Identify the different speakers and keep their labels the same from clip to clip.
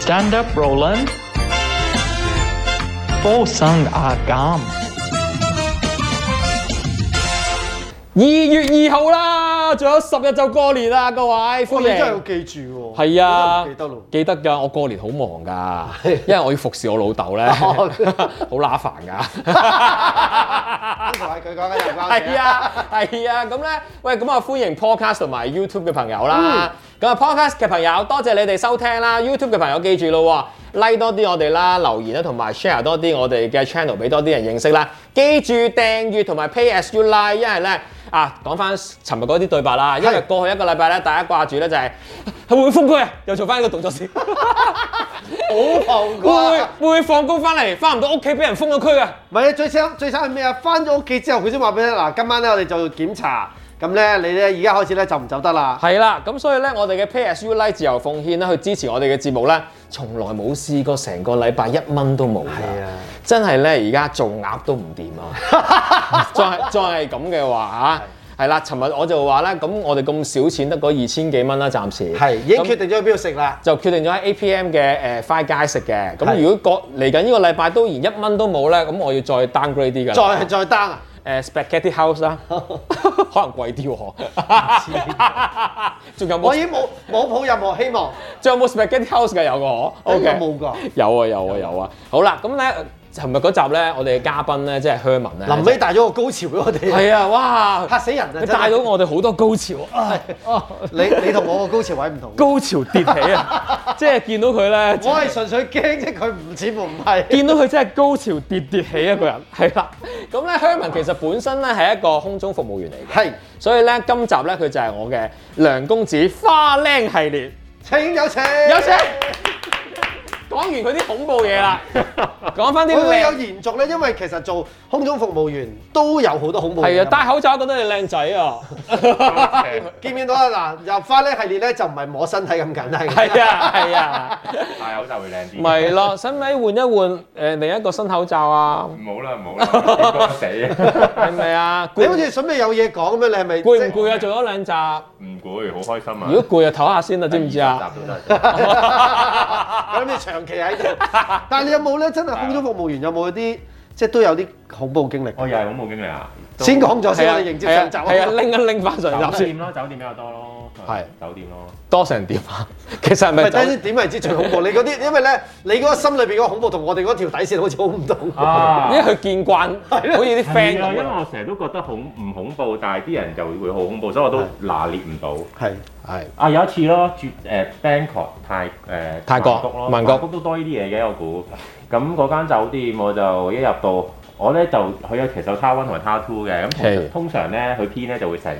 Speaker 1: Stand up, Roland. Fo sung Ah agam.
Speaker 2: 二月二號啦，仲有十日就過年啦，各位
Speaker 3: 哇
Speaker 2: 歡
Speaker 3: 你真係
Speaker 2: 迎
Speaker 3: 要。記住喎。
Speaker 2: 係啊
Speaker 3: 我都唔記得咯，。
Speaker 2: 記得㗎，我過年好忙㗎， 因為我要服侍我老豆咧，好
Speaker 3: 哦
Speaker 2: 乸煩㗎。
Speaker 3: 同埋佢講緊有關
Speaker 2: 係
Speaker 3: 係啊。
Speaker 2: 啊，係啊，咁咧，喂，咁啊，歡迎 Podcast 同埋 YouTube 嘅朋友啦。咁啊、p o d c a s t 嘅朋友，多謝你哋收聽啦。YouTube 嘅朋友記住咯喎，like 多啲我哋啦，留言啦，同埋 share 多啲我哋嘅 channel 俾多啲人認識啦。記住訂閱同埋 pay as you like，因為咧。啊，講翻尋日嗰啲對白啦，因為
Speaker 3: 係
Speaker 2: 過去一個禮拜咧，大家掛住咧就係、 係會唔會封區啊？又做翻呢個動作先，
Speaker 3: 好放
Speaker 2: 會
Speaker 3: 過
Speaker 2: 唔會
Speaker 3: 啊。
Speaker 2: 會唔會放工翻嚟，翻唔到屋企俾人封咗區啊？
Speaker 3: 唔係最慘最慘係咩啊？翻咗屋企之後，佢先話俾你聽嗱，今晚咧我哋就檢查，咁咧你咧而家開始咧就唔走得啦。
Speaker 2: 係啦，咁所以咧，我哋嘅 PSU Like 自由奉獻啦，去支持我哋嘅節目咧，從來冇試過成個禮拜一蚊都冇㗎
Speaker 3: 係啊，
Speaker 2: 真係咧，而家做鴨都唔掂啊！ 再係再係咁嘅話啊嚇，係啦，尋日我就話啦，咁我哋咁少錢得嗰二千幾蚊啦，暫時
Speaker 3: 係已經
Speaker 2: 咁
Speaker 3: 決定咗去邊度食啦。
Speaker 2: 就決定咗喺 APM 嘅誒 Five 街食嘅。咁
Speaker 3: 係
Speaker 2: 如果個嚟緊呢個禮拜都連一蚊都冇咧，咁我要再 downgrade 啲㗎啦。
Speaker 3: 再再 down 啊！
Speaker 2: 誒 Spaghetti House 啦，可能貴啲喎。 仲有冇
Speaker 3: 我已？經冇冇抱任何希望，
Speaker 2: 仲有冇 Spaghetti House 嘅 有個我
Speaker 3: 我
Speaker 2: ？OK，
Speaker 3: 冇過。
Speaker 2: 有啊有啊有啊。好啦，咁咧，尋日嗰集咧，我哋嘅嘉賓咧，即係 Herman 咧，
Speaker 3: 臨尾帶咗個高潮俾我哋，
Speaker 2: 係啊，哇！
Speaker 3: 嚇死人啊！
Speaker 2: 佢
Speaker 3: 真係
Speaker 2: 帶到我哋好多高潮啊！
Speaker 3: 你你同我個高潮位唔同，
Speaker 2: 高潮迭起 啊！即係見到佢咧，
Speaker 3: 我係純粹驚啫，佢唔似乎唔係。
Speaker 2: 見到佢真係高潮迭迭起啊一個人，係啦。咁咧，Herman 其實本身咧係一個空中服務員嚟嘅，
Speaker 3: 係，
Speaker 2: 所以咧今集咧佢就係我嘅梁公子花靚系列。
Speaker 3: 請有請，
Speaker 2: 有請。講完佢啲恐怖 嘢啦，講翻啲
Speaker 3: 會唔會有
Speaker 2: 靚。
Speaker 3: 延續咧？因為其實做空中服務員都有好多恐怖
Speaker 2: 係
Speaker 3: 嘢
Speaker 2: 啊，
Speaker 3: 㗎嘛
Speaker 2: 戴口罩覺得你靚仔 啊！
Speaker 3: 見唔見到啊？嗱，入花呢系列咧就唔係摸身體咁簡單嘅，
Speaker 2: 係啊，係啊，
Speaker 4: 戴口罩會靚啲。
Speaker 2: 咪咯，使唔使換一換誒另一個新口罩啊？
Speaker 4: 唔好啦，唔好啦，你講死啊！
Speaker 2: 係咪啊？
Speaker 3: 你
Speaker 2: 攰
Speaker 3: 好似準備有嘢講咁樣，你係咪
Speaker 2: 攰唔？攰啊？做咗兩集，
Speaker 4: 唔攰，好開心啊！
Speaker 2: 如果攰就唞下先啦，知唔知啊？
Speaker 4: 集都得，
Speaker 3: 咁你長期喺度， 但係你有冇咧？真係空中服務員有冇啲即係都有啲恐怖經歷？
Speaker 4: 我又係恐怖經歷啊！都
Speaker 3: 先講咗
Speaker 2: 係
Speaker 3: 先，
Speaker 2: 啊，
Speaker 3: 我哋迎接上集。
Speaker 2: 係啊，拎一拎翻上
Speaker 4: 酒
Speaker 2: 集先，
Speaker 4: 店咯，酒店比較多咯，
Speaker 2: 係
Speaker 4: 酒店咯。
Speaker 2: 多成點啊？ 其實係
Speaker 3: 唔
Speaker 2: 咪
Speaker 3: 係，
Speaker 2: 走
Speaker 3: 等？先點為之最恐怖？你嗰 啲，因為咧，你嗰個心裏邊嗰個恐怖同我哋嗰條底線好似好唔同。
Speaker 4: 啊
Speaker 2: 因為佢見慣，好似啲 friend
Speaker 4: 係啊，因為
Speaker 2: 咁啊。
Speaker 4: 我成日都覺得恐唔恐怖，但係啲人就會好恐怖，所以我都拿捏唔到。
Speaker 3: 係
Speaker 2: 係
Speaker 4: 啊，有一次咯，住誒 Bangkok 泰誒
Speaker 2: 泰國
Speaker 4: 曼谷咯，
Speaker 2: 曼
Speaker 4: 曼
Speaker 2: 谷
Speaker 4: 谷都多呢啲嘢嘅，我估。咁嗰間酒店我就一入到，我咧就佢有其實有 Tower One 同埋 Tower Two 嘅，咁通
Speaker 2: 係
Speaker 4: 常通常咧佢 P 咧就會成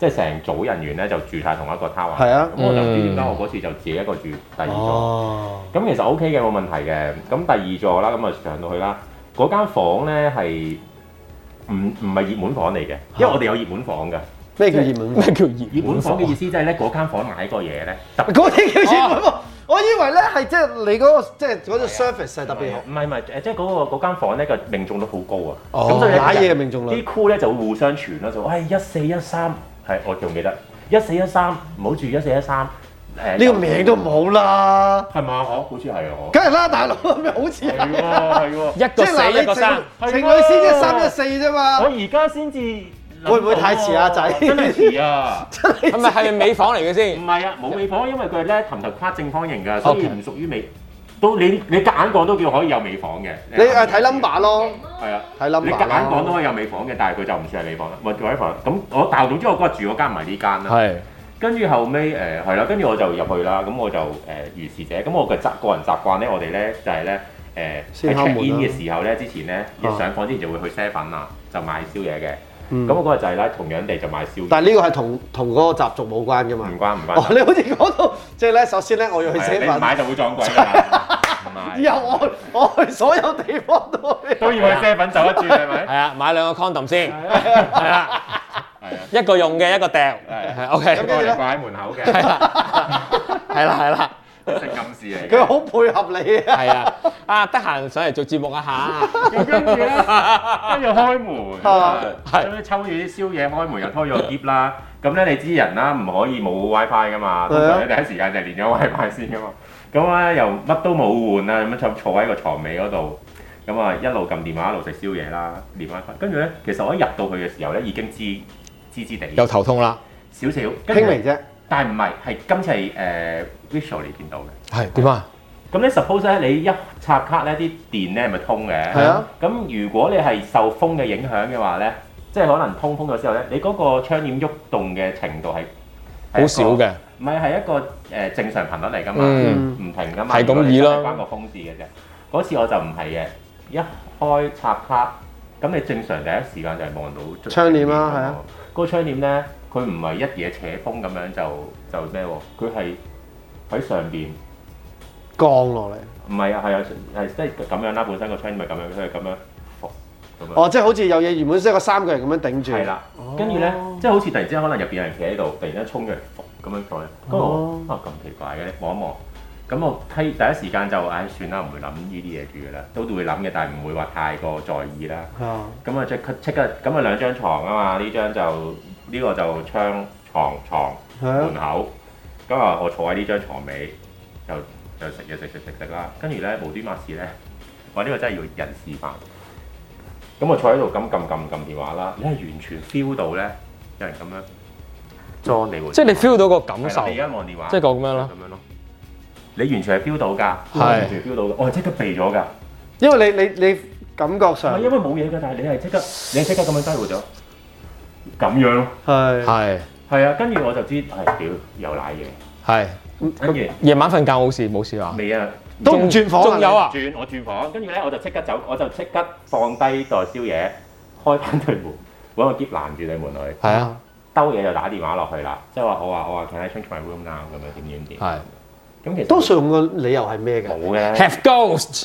Speaker 4: 即係成組人員咧就住晒同一個 Tower。
Speaker 3: 係啊
Speaker 4: 咁我就唔知點解
Speaker 2: 嗯
Speaker 4: 我嗰次就自己一個住第二座。
Speaker 3: 哦，
Speaker 4: 咁其實 OK 嘅，冇問題嘅。咁第二座啦，咁啊上到去啦。嗰間房咧係唔唔係熱門房嚟嘅，因為我哋有熱門房㗎。
Speaker 3: 咩叫熱門？
Speaker 2: 咩叫熱
Speaker 4: 熱門
Speaker 2: 門
Speaker 4: 房
Speaker 2: 房
Speaker 4: 嘅？意思即係咧，嗰間房買過嘢咧，特別
Speaker 3: 嗰啲叫熱門。
Speaker 4: 哦
Speaker 3: 我以為咧係即係你嗰個即係嗰個 service 係特啊別好。
Speaker 4: 唔啊係唔係誒，即係嗰個嗰間房咧個命中率好高啊。
Speaker 2: 哦
Speaker 4: 咁所以咧
Speaker 3: 揦嘢嘅命中率
Speaker 4: 啲 cool 咧就會互相傳啦，就誒一四一三係我仲記得一四一三，唔好住一四一三誒。
Speaker 3: 呢個名都唔好啦。
Speaker 4: 係嘛？我好似係我。
Speaker 3: 梗係啦，大佬咪好似
Speaker 4: 係喎
Speaker 3: 係，
Speaker 4: 係 喎。
Speaker 2: 一個死一個
Speaker 4: 啊
Speaker 2: 生。
Speaker 3: 情情侶先一三一四啫嘛
Speaker 4: 我。而家先至諗到喎。
Speaker 3: 會唔會太遲啊仔
Speaker 4: 真係遲啊！
Speaker 2: 係咪係咪美房嚟嘅
Speaker 4: 唔
Speaker 2: 先？
Speaker 4: 係啊，冇尾房，因為佢咧氹頭跨正方形㗎，所以
Speaker 2: OK
Speaker 4: 唔屬於尾。都你你夾硬講都叫可以有尾房嘅。
Speaker 3: 你誒睇 number 咯，
Speaker 4: 係啊。
Speaker 3: 睇
Speaker 4: 你
Speaker 3: number
Speaker 4: 夾硬講都
Speaker 3: 啦。
Speaker 4: 可以有尾房嘅，但係佢就唔算係尾房啦，或者尾房。咁我但係總之我嗰日住嗰間唔係呢間啦。
Speaker 2: 係。
Speaker 4: 跟住後尾誒係啦，跟住我就入去啦。咁我就誒、呃如是者。咁我嘅習個人習慣咧，我哋咧就係咧誒
Speaker 3: 先
Speaker 4: 喺
Speaker 3: 敲門啦
Speaker 4: check in 嘅時候咧，之前咧一
Speaker 3: 啊
Speaker 4: 上房之前就會去 seven 啊，就買宵夜嘅。
Speaker 3: 嗯
Speaker 4: 咁我嗰日就係咧，同樣地就買宵夜。
Speaker 3: 但係呢個係同同嗰個習俗冇關噶嘛
Speaker 4: 唔。關唔關
Speaker 3: 哦，。你好似講到即係咧，首先咧我要去寫
Speaker 4: 係啊你唔
Speaker 3: 份，
Speaker 4: 買就會撞鬼 㗎啦，唔買
Speaker 3: 以後我我去所有地方都去。
Speaker 4: 都要去 seven 走一 轉係咪？
Speaker 2: 係啊，買兩個 condom 先，係啦，一個用嘅，一個掉，係 OK，
Speaker 4: 咁我哋擺喺門口嘅，
Speaker 2: 係啦，係啦，係啦，
Speaker 4: 食暗示嚟
Speaker 3: 佢
Speaker 4: 嘅。
Speaker 3: 好配合你啊！
Speaker 2: 係啊，啊得閒上嚟做節目啊 嚇，
Speaker 4: 咁跟住咧，跟住開門，
Speaker 3: 啊
Speaker 2: 係
Speaker 4: 咁樣抽住啲宵夜開門，又拖咗個篋啦。咁咧你知人啦，唔可以冇 WiFi 噶
Speaker 3: 係啊
Speaker 4: 嘛，通常你第一時間就係連咗 WiFi 先噶嘛。咁咁咧又乜都冇換啊，咁樣就坐喺個床尾嗰度，咁啊一路撳電話一路食宵夜啦，連晚飯。跟住咧，其實我一入到去嘅時候咧，已經知知知地
Speaker 2: 又頭痛啦，
Speaker 4: 少少，跟
Speaker 3: 輕
Speaker 4: 住
Speaker 3: 微啫，
Speaker 4: 但係唔係係今次係誒、visually 見到嘅。
Speaker 2: 係點啊？
Speaker 4: 咁咧，suppose 咧，你一插卡咧，啲電咧咪通嘅。
Speaker 3: 係啊。
Speaker 4: 咁如果你係受風嘅影響嘅話咧，即係可能通風咗之後咧，你嗰個窗簾喐動嘅程度係係
Speaker 2: 好
Speaker 4: 一個
Speaker 2: 少嘅，
Speaker 4: 唔係係一個誒、呃正常頻率嚟㗎嘛，
Speaker 2: 嗯
Speaker 4: 唔、停㗎嘛，
Speaker 2: 係咁
Speaker 4: 如果你
Speaker 2: 易
Speaker 4: 真
Speaker 2: 啦
Speaker 4: 係關個風事嘅啫。嗰次我就唔係嘅，一開插卡，咁你正常第一時間就係望到
Speaker 3: 窗簾啦係啊
Speaker 4: 嗰個窗簾咧，佢唔係一嘢扯風咁樣就就咩喎，佢係喺上邊。
Speaker 3: 降落嚟。
Speaker 4: 唔係啊，係啊，係即係咁樣啦，本身個窗咪咁樣，佢係咁樣伏咁樣。
Speaker 3: 哦，即係好似有嘢原本即係個三個人咁樣頂住。
Speaker 4: 係啦，跟住咧，即係好似突然之間，可能入邊有人企喺度，突然間衝咗嚟伏咁樣坐咧。跟住我啊咁奇怪嘅，望一望。咁我批第一時間就唉算啦，唔會諗呢啲嘢住㗎啦，都會諗嘅，但係唔會話太過在意啦。
Speaker 3: 啊。
Speaker 4: 咁啊即刻即刻咁啊兩張床啊嘛，呢張就呢個就窗床床
Speaker 3: 係啊
Speaker 4: 門口，咁啊我坐喺呢張床尾就就食嘢食食食食啦，跟住咧無端乜事咧，我呢個真係要人示範。咁我坐喺度咁撳撳撳電話啦，你係完全 feel 到咧有人咁樣裝你喎，啊
Speaker 2: 即係你 feel 到個感
Speaker 4: 係
Speaker 2: 受
Speaker 4: 啦，你而家望電話，
Speaker 2: 即係個咁樣咯
Speaker 4: 咁樣咯，你完全係 feel 到㗎，
Speaker 2: 係
Speaker 4: 我完全 feel 到㗎，我係即刻避咗㗎。
Speaker 3: 因為你你你感覺上
Speaker 4: 唔係因為冇嘢㗎，但係你係即刻，你係即刻咁樣低活咗，咁樣咯。
Speaker 3: 係
Speaker 2: 係
Speaker 4: 係啊，跟住我就知，唉、屌又賴嘢，
Speaker 2: 係。
Speaker 4: 跟住
Speaker 2: 夜晚瞓覺冇事冇事啊？
Speaker 4: 未啊，
Speaker 3: 都唔轉房啊
Speaker 2: 仲有啊？
Speaker 4: 轉我轉房，跟住咧我就即刻走，我就即刻放低袋宵夜，開翻對門，揾個篋攔住你門去，
Speaker 2: 係啊，
Speaker 4: 兜嘢就打電話落去啦，即係話我話我話 Can I change my room now 咁樣點點點，
Speaker 2: 係。
Speaker 4: 咁其實
Speaker 3: 多數用個理由係咩
Speaker 4: 冇
Speaker 3: 嘅？
Speaker 4: 嘅，
Speaker 2: Have ghost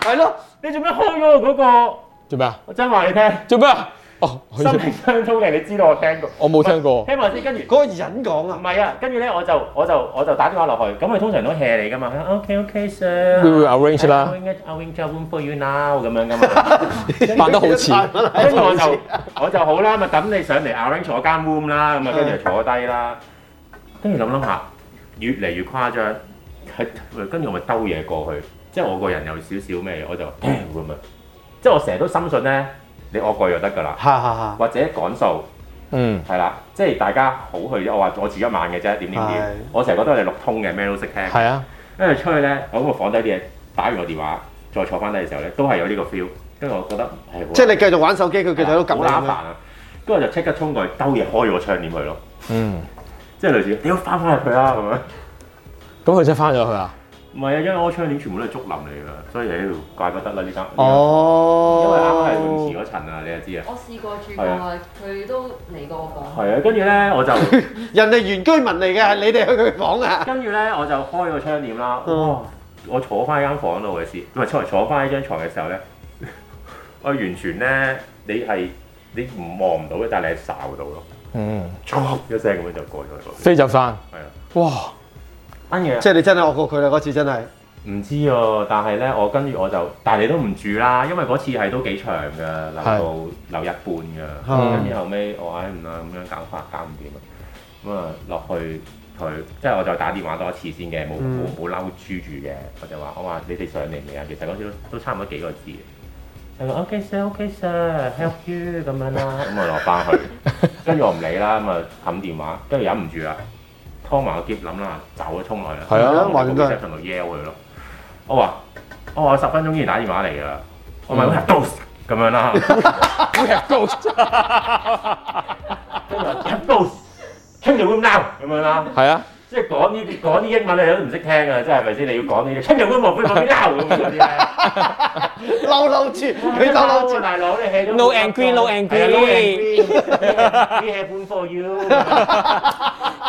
Speaker 3: 係咯，
Speaker 4: 你做咩開咗我嗰、個？
Speaker 2: 做咩啊？
Speaker 4: 我真話你聽，
Speaker 2: 做咩啊？哦，
Speaker 4: 心靈相通嘅你知道我聽過，
Speaker 2: 我冇聽 過
Speaker 4: 聽埋先，跟住。
Speaker 3: 嗰個人講
Speaker 4: 唔
Speaker 3: 啊，
Speaker 4: 係啊，跟住咧我就我就我就打電話落去，咁佢通常都 hea 你噶嘛，OK OK sir，
Speaker 2: We will arrange 啦
Speaker 4: ，I will arrange a room for you now 咁樣噶嘛，
Speaker 2: 扮得好似
Speaker 3: 哎
Speaker 4: 跟住我就我就好啦，咪啊等你上嚟 arrange 我間 room 啦，咁啊跟住就坐低啦，跟住諗諗下，越嚟越誇張，係跟住我咪兜嘢過去，即係我個人有少少咩，我就 咁啊，即係我成日都深信咧，你惡過就得㗎啦，
Speaker 3: 嚇嚇嚇，
Speaker 4: 或者講數。
Speaker 2: 嗯，
Speaker 4: 係啦，即係大家好去啫。我話我住一晚嘅啫，點點
Speaker 3: 係
Speaker 4: 點。我成日覺得我哋六通嘅，咩都識聽。
Speaker 2: 係啊，
Speaker 4: 跟住出去咧，我咁個房底啲嘢，打完個電話，再坐翻低嘅時候咧，都係有呢個 feel。跟住我覺得係
Speaker 3: 即係你繼續玩手機，佢繼續喺度撳
Speaker 4: 好
Speaker 3: 你
Speaker 4: 麻
Speaker 3: 咁
Speaker 4: 煩
Speaker 3: 樣。
Speaker 4: 啊！跟住我就即刻衝過去兜嘢開咗個窗簾佢咯，
Speaker 2: 嗯，
Speaker 4: 即係類似你要翻返入去啦咁樣。
Speaker 2: 咁佢真係翻咗去啊？
Speaker 4: 唔係啊，因為我窗簾全部都係竹林嚟㗎，所以唉怪不得啦呢間。，因為啱啱係泳
Speaker 3: 哦，
Speaker 4: 池嗰層啊，你就知啊。
Speaker 5: 我試過住
Speaker 4: 係
Speaker 5: 過
Speaker 4: 啊，
Speaker 5: 佢都嚟過我房。
Speaker 4: 係啊，跟住咧我就。
Speaker 3: 人哋原居民嚟嘅，係你哋去佢房啊。
Speaker 4: 跟住咧，我就開個窗簾啦。
Speaker 3: 嗯
Speaker 4: 哇！我坐翻喺間房度嘅時，唔係坐坐翻喺張床嘅時候咧， 我完全咧，你係你唔望唔到嘅，但係你係睄到咯，
Speaker 2: 嗯，
Speaker 4: 唰一聲咁樣就過咗去咯。
Speaker 2: 飛走翻，
Speaker 4: 係啊，
Speaker 2: 哇，
Speaker 4: 跟住
Speaker 3: 即係你真係惡過佢啦，嗰次真係。
Speaker 4: 唔知啊，但係咧，我跟住我就，但係你都唔住啦，因為嗰次係都幾長㗎，留到留一半
Speaker 3: 嗯
Speaker 4: 㗎。跟住後尾我唉唔啦，咁樣搞法搞唔掂啊。咁啊落去佢，即係我就打電話多一次先嘅，冇
Speaker 3: 嗯
Speaker 4: 冇冇嬲豬住嘅。我就話我話你哋上嚟未啊？其實嗰時都都差唔多幾個字嘅。佢話 OK sir OK sir help you 咁樣啦，咁啊落翻去，跟住我唔理啦，咁啊冚電話，跟住忍唔住啦，拖埋個篋諗啦，走咗衝落去啦。
Speaker 2: 係啊
Speaker 4: 我
Speaker 3: 還
Speaker 4: 喺
Speaker 3: 真
Speaker 4: 個
Speaker 3: 係
Speaker 4: reception 度 yell 佢咯。我話我話十分鐘之前打電話嚟㗎啦，我咪 d o s 咁樣啦
Speaker 2: We have ghost，
Speaker 4: d o s change the room now 咁樣啦。
Speaker 2: 係啊，
Speaker 4: 即係講呢啲講啲英文你都唔識聽啊！即係咪先？你要講呢啲，清人官莫非莫非鬧咁嗰啲咧？
Speaker 3: 嬲嬲住，佢嬲嬲住。
Speaker 4: 大佬你 hea 咗
Speaker 2: No angry, no angry.
Speaker 4: We have one for you。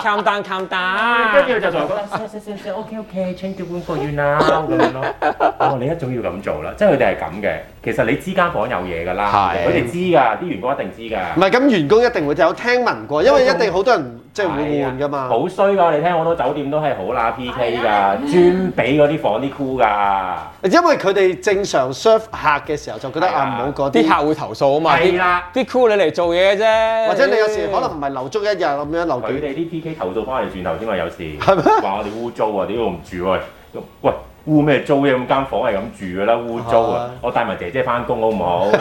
Speaker 2: calm down, calm
Speaker 4: 跟住就同我講，sir sir sir OK OK，change the one for you now 咁樣咯。哦，你一早要咁做啦，即係佢哋係咁嘅。其實你知間房有嘢㗎啦，
Speaker 2: 係
Speaker 4: 佢哋知㗎，啲員工一定知㗎。
Speaker 3: 唔係，咁員工一定會有聽聞過，因為一定好多人即係會換㗎嘛。
Speaker 4: 好衰㗎！你聽好多酒店都係好啦 PK 㗎，專俾嗰啲房啲 crew 㗎。
Speaker 3: 因為佢哋正常serve客嘅時候就覺得，
Speaker 4: 係啊。
Speaker 3: 啊，唔好嗰啲。
Speaker 2: 啲客會投訴啊嘛，
Speaker 4: 係啦
Speaker 2: 啲啲 crew 你嚟做嘢啫，
Speaker 3: 或者你有時可能唔係留足一日咁樣，留幾
Speaker 4: 佢哋啲 PK 投訴翻嚟轉頭先話有事，
Speaker 3: 係咩
Speaker 4: 話我哋污糟啊！屌我唔住喎，喂污咩糟啫？咁間房係咁住㗎啦，污糟啊！我帶埋姐姐翻工好唔好？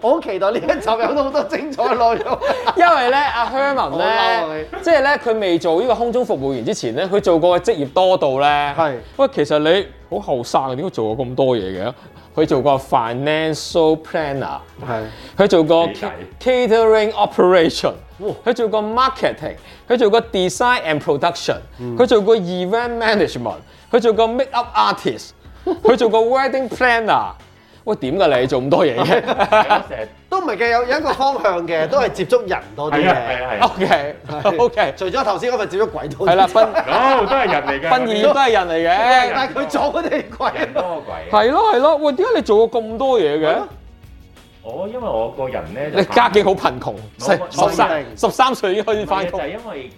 Speaker 3: 我好期待呢一集有好多精彩內容。
Speaker 2: 因為咧阿 Herman
Speaker 3: 好嬲啊
Speaker 2: 咧，即係咧佢未做呢個空中服務員之前咧，佢做過嘅職業多到咧。
Speaker 3: 係
Speaker 2: 喂，其實你好後生啊，點解做過咁多嘢嘅？佢做過 financial planner，
Speaker 3: 係
Speaker 2: 佢做過
Speaker 4: 幾大
Speaker 2: catering operation，
Speaker 3: 哇
Speaker 2: 佢做過 marketing，佢做過 design and production，佢做過 event management，佢做過 make up artist，佢做過 wedding planner。喂，點解你做咁多嘢嘅
Speaker 4: 成日
Speaker 3: 都唔係嘅，有有一個方向嘅，都係接觸人多啲
Speaker 4: 係啊
Speaker 3: 嘅。
Speaker 4: 係啊係啊，
Speaker 2: ？OK
Speaker 3: 係
Speaker 2: OK，
Speaker 3: 除咗頭先嗰份接觸鬼多啲。
Speaker 2: 係啦，分。
Speaker 4: 哦都係人嚟㗎，
Speaker 2: 殯儀都係人嚟嘅，
Speaker 3: 但係佢撞我哋鬼
Speaker 4: 人多過鬼。
Speaker 2: 係咯係咯，喂，點解你做過咁多嘢嘅？
Speaker 4: 我因為我個人咧，
Speaker 2: 你家境好貧窮，
Speaker 4: 我
Speaker 2: 十十三
Speaker 3: 我
Speaker 2: 十三歲已經開始
Speaker 4: 就係
Speaker 2: 翻工
Speaker 4: 就，係因為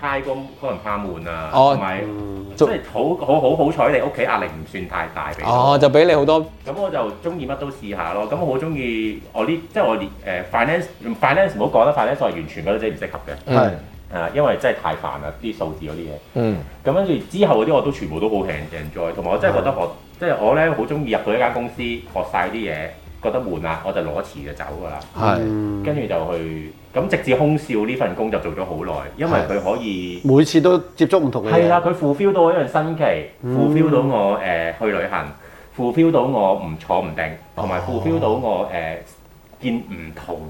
Speaker 4: 太過可能怕悶啊，
Speaker 2: 哦
Speaker 4: 同埋
Speaker 3: 嗯
Speaker 4: 即係好好好好彩，你屋企壓力唔算太大俾我。
Speaker 2: 哦，就俾你好多
Speaker 4: 咁我就中意乜都試下咯。咁我好中意我呢，即係我連誒、finance finance 唔好講啦，finance 我係完全覺得自己唔適合嘅。
Speaker 3: 係
Speaker 4: 誒、因為真係太煩啦，啲數字嗰啲嘢。
Speaker 2: 嗯
Speaker 4: 咁跟住之後嗰啲我都全部都好 enjoy，同埋我真係覺得
Speaker 2: 嗯
Speaker 4: 我即係我咧好中意入到一間公司學晒啲嘢，覺得悶啊啦，我就攞辭就走㗎啦。
Speaker 2: 係
Speaker 3: 嗯
Speaker 4: 跟住就去咁，直至空少呢份工就做咗好耐，因為佢可以
Speaker 3: 每次都接觸唔同嘅嘢。
Speaker 4: 係啦，佢 fulfill 到我一樣新奇，fulfill
Speaker 3: 嗯
Speaker 4: 到我誒、去旅行，fulfill 到我唔坐唔定，同
Speaker 3: 哦
Speaker 4: 埋 fulfill 到我誒、見唔同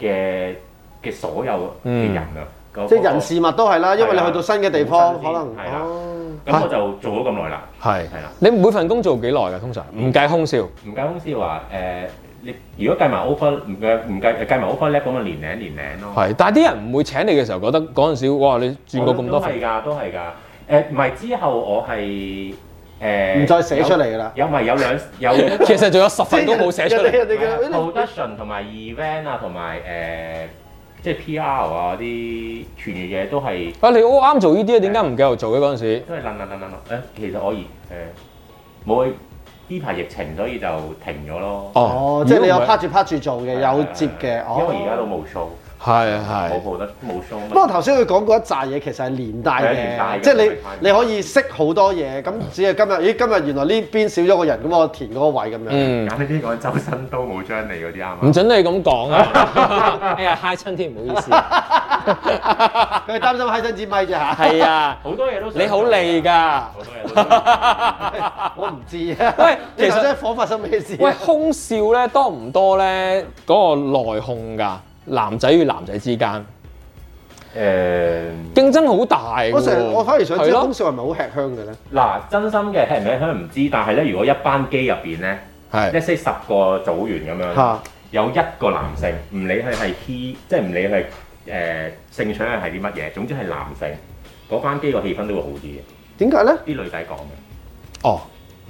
Speaker 4: 嘅嘅所有嘅人啊，嗰
Speaker 3: 嗯即係
Speaker 4: 嗰個
Speaker 3: 人事物都係啦，因為你去到新嘅地方，
Speaker 4: 係
Speaker 3: 可
Speaker 4: 啦
Speaker 3: 能
Speaker 4: 係啦
Speaker 3: 哦
Speaker 4: 咁我就做咗咁耐啦，
Speaker 2: 係。
Speaker 4: 係啦，
Speaker 2: 你每份工做幾耐㗎？通常唔計空少，
Speaker 4: 唔計公司話誒。你如果計埋 offer 唔計唔計計埋 offer 叻咁啊，年零年零咯。
Speaker 2: 係，但係啲人唔會請你嘅時候覺得嗰陣時，哇！你轉過咁多
Speaker 4: 哦都係
Speaker 2: 份，
Speaker 4: 㗎，都係㗎。誒唔係之後我係誒
Speaker 3: 唔再寫出嚟㗎啦。
Speaker 4: 有咪有兩 有
Speaker 2: 其實仲有十份
Speaker 3: 係
Speaker 2: 都冇寫出嚟。
Speaker 3: 人哋
Speaker 4: 啊
Speaker 3: 人哋嘅
Speaker 4: production 同埋 event 啊，同埋誒即係 PR 啊啲全嘢都係
Speaker 2: 啊，你好啱做呢啲啊，點解唔繼續做嘅嗰陣時？
Speaker 4: 都係撚撚撚撚撚誒。其實我而誒冇呢排疫情，所以就停咗咯。
Speaker 3: 哦，即係你有
Speaker 2: 如果唔係
Speaker 3: 拍住拍住做嘅，有接嘅。哦
Speaker 4: 因為而家都冇 show，
Speaker 2: 係
Speaker 4: 冇
Speaker 2: 係。
Speaker 4: 冇得冇 show 乜。
Speaker 3: 不過頭先佢講嗰一紮嘢其實係連帶
Speaker 4: 係連帶
Speaker 3: 嘅，
Speaker 4: 嘅
Speaker 3: 即係
Speaker 4: 係
Speaker 3: 你你可以識好多嘢，咁只係今日，咦今日原來呢邊少咗個人，咁我填嗰個位咁樣。
Speaker 2: 嗯，
Speaker 4: 簡單啲講，周身都冇將你嗰啲啱
Speaker 2: 唔
Speaker 4: 啱。
Speaker 2: 準你咁講 啊！哎呀，嗨親添，唔好意思。
Speaker 3: 啊佢擔心閪身支咪啫嚇，
Speaker 2: 係啊，
Speaker 4: 好多嘢都想
Speaker 2: 你好利㗎。
Speaker 4: 好多嘢 都想。
Speaker 3: 我唔知
Speaker 2: 喂
Speaker 3: 啊。
Speaker 2: 其
Speaker 3: 你
Speaker 2: 實
Speaker 3: 頭先火發生咩事啊？
Speaker 2: 喂，空少咧多唔多咧？嗰、個內控㗎，男仔與男仔之間
Speaker 4: 誒。
Speaker 2: 競爭好大㗎喎
Speaker 3: 我成日我反而想
Speaker 2: 係
Speaker 3: 知
Speaker 2: 咯
Speaker 3: 空，少係咪好吃香嘅咧？
Speaker 4: 嗱，真心嘅聽唔聽香唔知，但係咧，如果一班機入邊咧，
Speaker 2: 係
Speaker 4: 一些十個組員咁樣，
Speaker 3: 嚇，
Speaker 4: 有一個男性，唔理佢係 he，即係唔理佢誒性取向係啲乜嘢，總之係男性，嗰班機個氣氛都會好啲嘅。
Speaker 3: 點解咧？
Speaker 4: 啲女仔講嘅，
Speaker 2: 哦，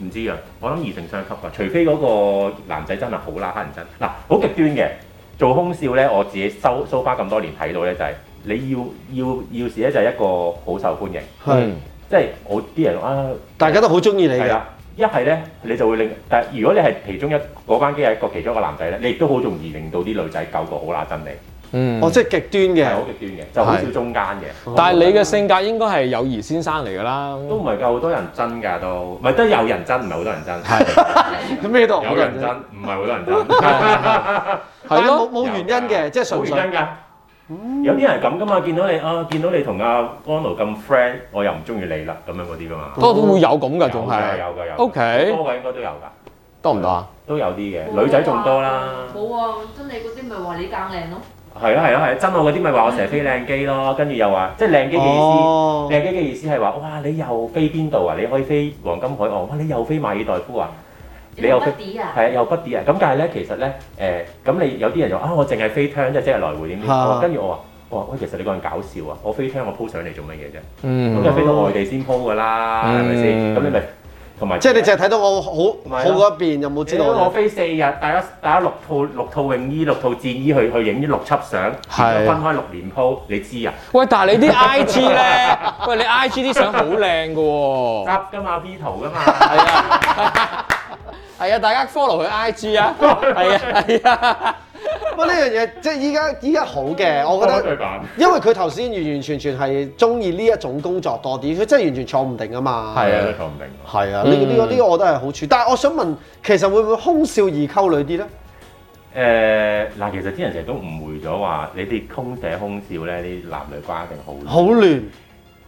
Speaker 4: 唔知啊，我諗異性相吸啊，除非嗰個男仔真係好啦，黑人憎，嗱，好極端嘅。做空少咧，我自己收蘇花咁多年睇到咧，就係、你要要要事咧，就係一個好受歡迎，
Speaker 3: 係，
Speaker 2: 嗯
Speaker 4: 即係我啲人啊。
Speaker 3: 大家都好中意你
Speaker 4: 係
Speaker 3: 嘅。
Speaker 4: 啊啦，一係咧你就會令，但係如果你係其中一嗰班機係一個其中一個男仔咧，你亦都好容易令到啲女仔夠個好乸憎你，
Speaker 2: 嗯，
Speaker 3: 哦，即係極
Speaker 4: 係
Speaker 3: 端
Speaker 4: 好極端嘅，就好少中間嘅，
Speaker 3: 嘅。
Speaker 2: 但係你嘅性格應該係友誼先生嚟㗎啦。
Speaker 4: 都唔係夠好多人憎㗎都，唔係得有人憎，唔係好多人憎，
Speaker 3: 咁咩都好
Speaker 4: 有人
Speaker 3: 嘅，
Speaker 4: 憎，唔係好多人憎，
Speaker 3: 但
Speaker 2: 係
Speaker 3: 係冇
Speaker 2: 咯，
Speaker 3: 冇原因嘅，即係純
Speaker 4: 冇
Speaker 3: 粹
Speaker 4: 原因㗎。有啲人係咁㗎嘛，見到你啊，見到你同阿安奴咁 friend，我又唔中意你啦，咁樣嗰啲㗎
Speaker 3: 哦
Speaker 4: 嘛。
Speaker 2: 都都會有咁㗎，
Speaker 4: 有
Speaker 2: 仲
Speaker 4: 㗎
Speaker 2: 係
Speaker 4: 有㗎有㗎
Speaker 2: OK
Speaker 4: 多位應該都有㗎，
Speaker 2: 多唔多啊？
Speaker 4: 都有啲嘅，女仔仲多啦。
Speaker 5: 冇啊，真你嗰啲咪話你揀靚咯。
Speaker 4: 係啊啦係啦係，真我嗰啲咪話我成日飛靚機咯，跟住又話即係靚機嘅意思，
Speaker 3: 嗯哦，
Speaker 4: 靚機嘅意思係話哇你又飛邊度啊？你可以飛黃金海岸，哇你又飛馬爾代夫啊？你又飛
Speaker 5: 乜啲啊？
Speaker 4: 係啊又不跌啊！咁但係咧其實咧誒咁你有啲人就話啊我淨係飛 turn 即係即係來回點點，
Speaker 3: 啊
Speaker 4: 跟住我話我話喂，其實你個人搞笑啊！我飛槍我 po 上嚟做乜嘢啫？咁
Speaker 2: 嗯
Speaker 4: 都係飛到外地先 po 噶啦，係咪先？
Speaker 2: 嗯
Speaker 4: 咁你咪同埋
Speaker 3: 即係你淨係睇到我好
Speaker 4: 咪
Speaker 3: 好
Speaker 4: 咯
Speaker 3: 嗰一邊，又冇知道
Speaker 4: 因為我
Speaker 3: 我哋。
Speaker 4: 飛四日，大家大家六套六套泳衣、六套戰衣去去影呢六輯相，
Speaker 2: 係
Speaker 4: 然後分開六年 po，你知啊？
Speaker 2: 喂，但係你啲 I G 咧， 喂，你 I G 啲相好靚嘅喎。
Speaker 4: 得噶嘛，P 圖噶 嘛，
Speaker 2: 係啊，係啊，大家 follow 佢 I G 啊，係啊，係啊，
Speaker 3: 不過呢樣嘢即係依家依家好嘅，我覺
Speaker 4: 開
Speaker 3: 得。
Speaker 4: 對版。
Speaker 3: 因為佢頭先完完全全係中意呢一種工作多啲，佢真係完全坐唔定啊嘛。
Speaker 4: 係啊，都坐唔定。
Speaker 3: 係啊，呢個呢個呢個我覺得係好處。但係我想問，其實會唔會空少易溝女啲咧？
Speaker 4: 誒嗱，其實啲人成日都誤會咗話你哋空姐空少咧，啲男女關係一定好亂。
Speaker 3: 好亂，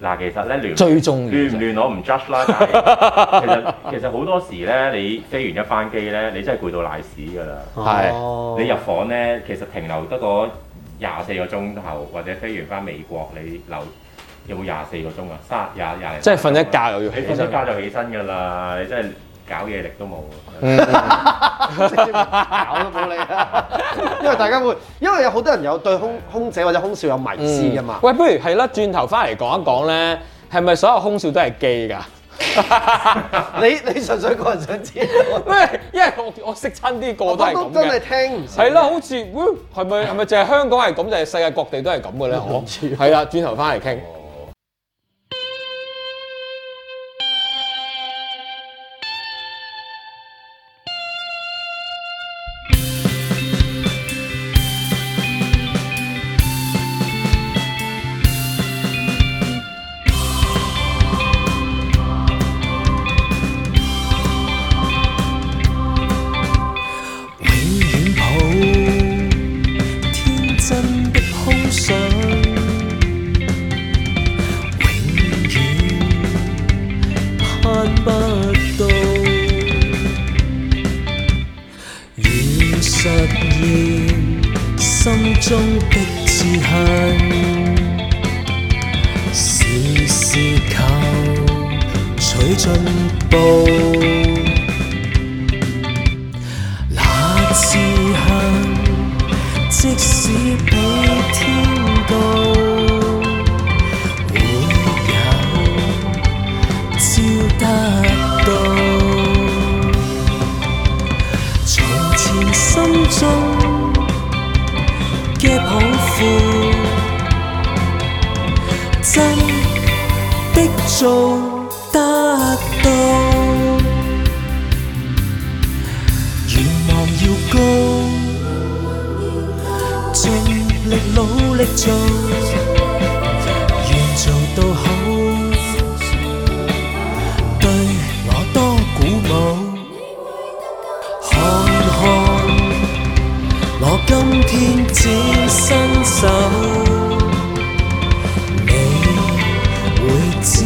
Speaker 4: 嗱，其實咧亂
Speaker 2: 最重要
Speaker 4: 亂唔亂我唔 judge 啦，但係其實其實好多時咧，你飛完一班機咧，你真係攰到賴屎㗎啦。
Speaker 2: 係
Speaker 3: 哦
Speaker 4: 你入房咧，其實停留得嗰廿四個鐘頭，或者飛完翻美國，你留有冇廿四個鐘啊？三廿廿零，
Speaker 2: 即係瞓一覺又要
Speaker 4: 你
Speaker 2: 起身
Speaker 4: 瞓一。覺就起身㗎啦，你真係搞嘢力都冇。
Speaker 2: 嗯嗯
Speaker 3: 直接搞都冇理啦。因為大家會，因為有好多人有對空空姐或者空少有迷思㗎嘛。
Speaker 2: 喂，不如係啦，轉頭翻嚟講一講咧，係咪所有空少都係 gay 㗎？
Speaker 3: 你你純粹個人想知道，
Speaker 2: 喂，因為我我識親啲個
Speaker 3: 我
Speaker 2: 都係
Speaker 3: 都
Speaker 2: 咁
Speaker 3: 真係
Speaker 2: 嘅。
Speaker 3: 聽唔少
Speaker 2: 係啦，好似，喂係咪係咪淨係香港係咁，就係世界各地都係咁嘅咧？ 我係啦，轉頭翻嚟傾。
Speaker 6: 永遠抱天真的空想，永遠盼不到，願實現心中的志向，時時求取進步。那志向，即使比天高，會有朝得到。從前心中嘅抱負，真的做得到。願望要高，盡力努力做，願做到好，對我多鼓舞。看看我今天展身手，你會知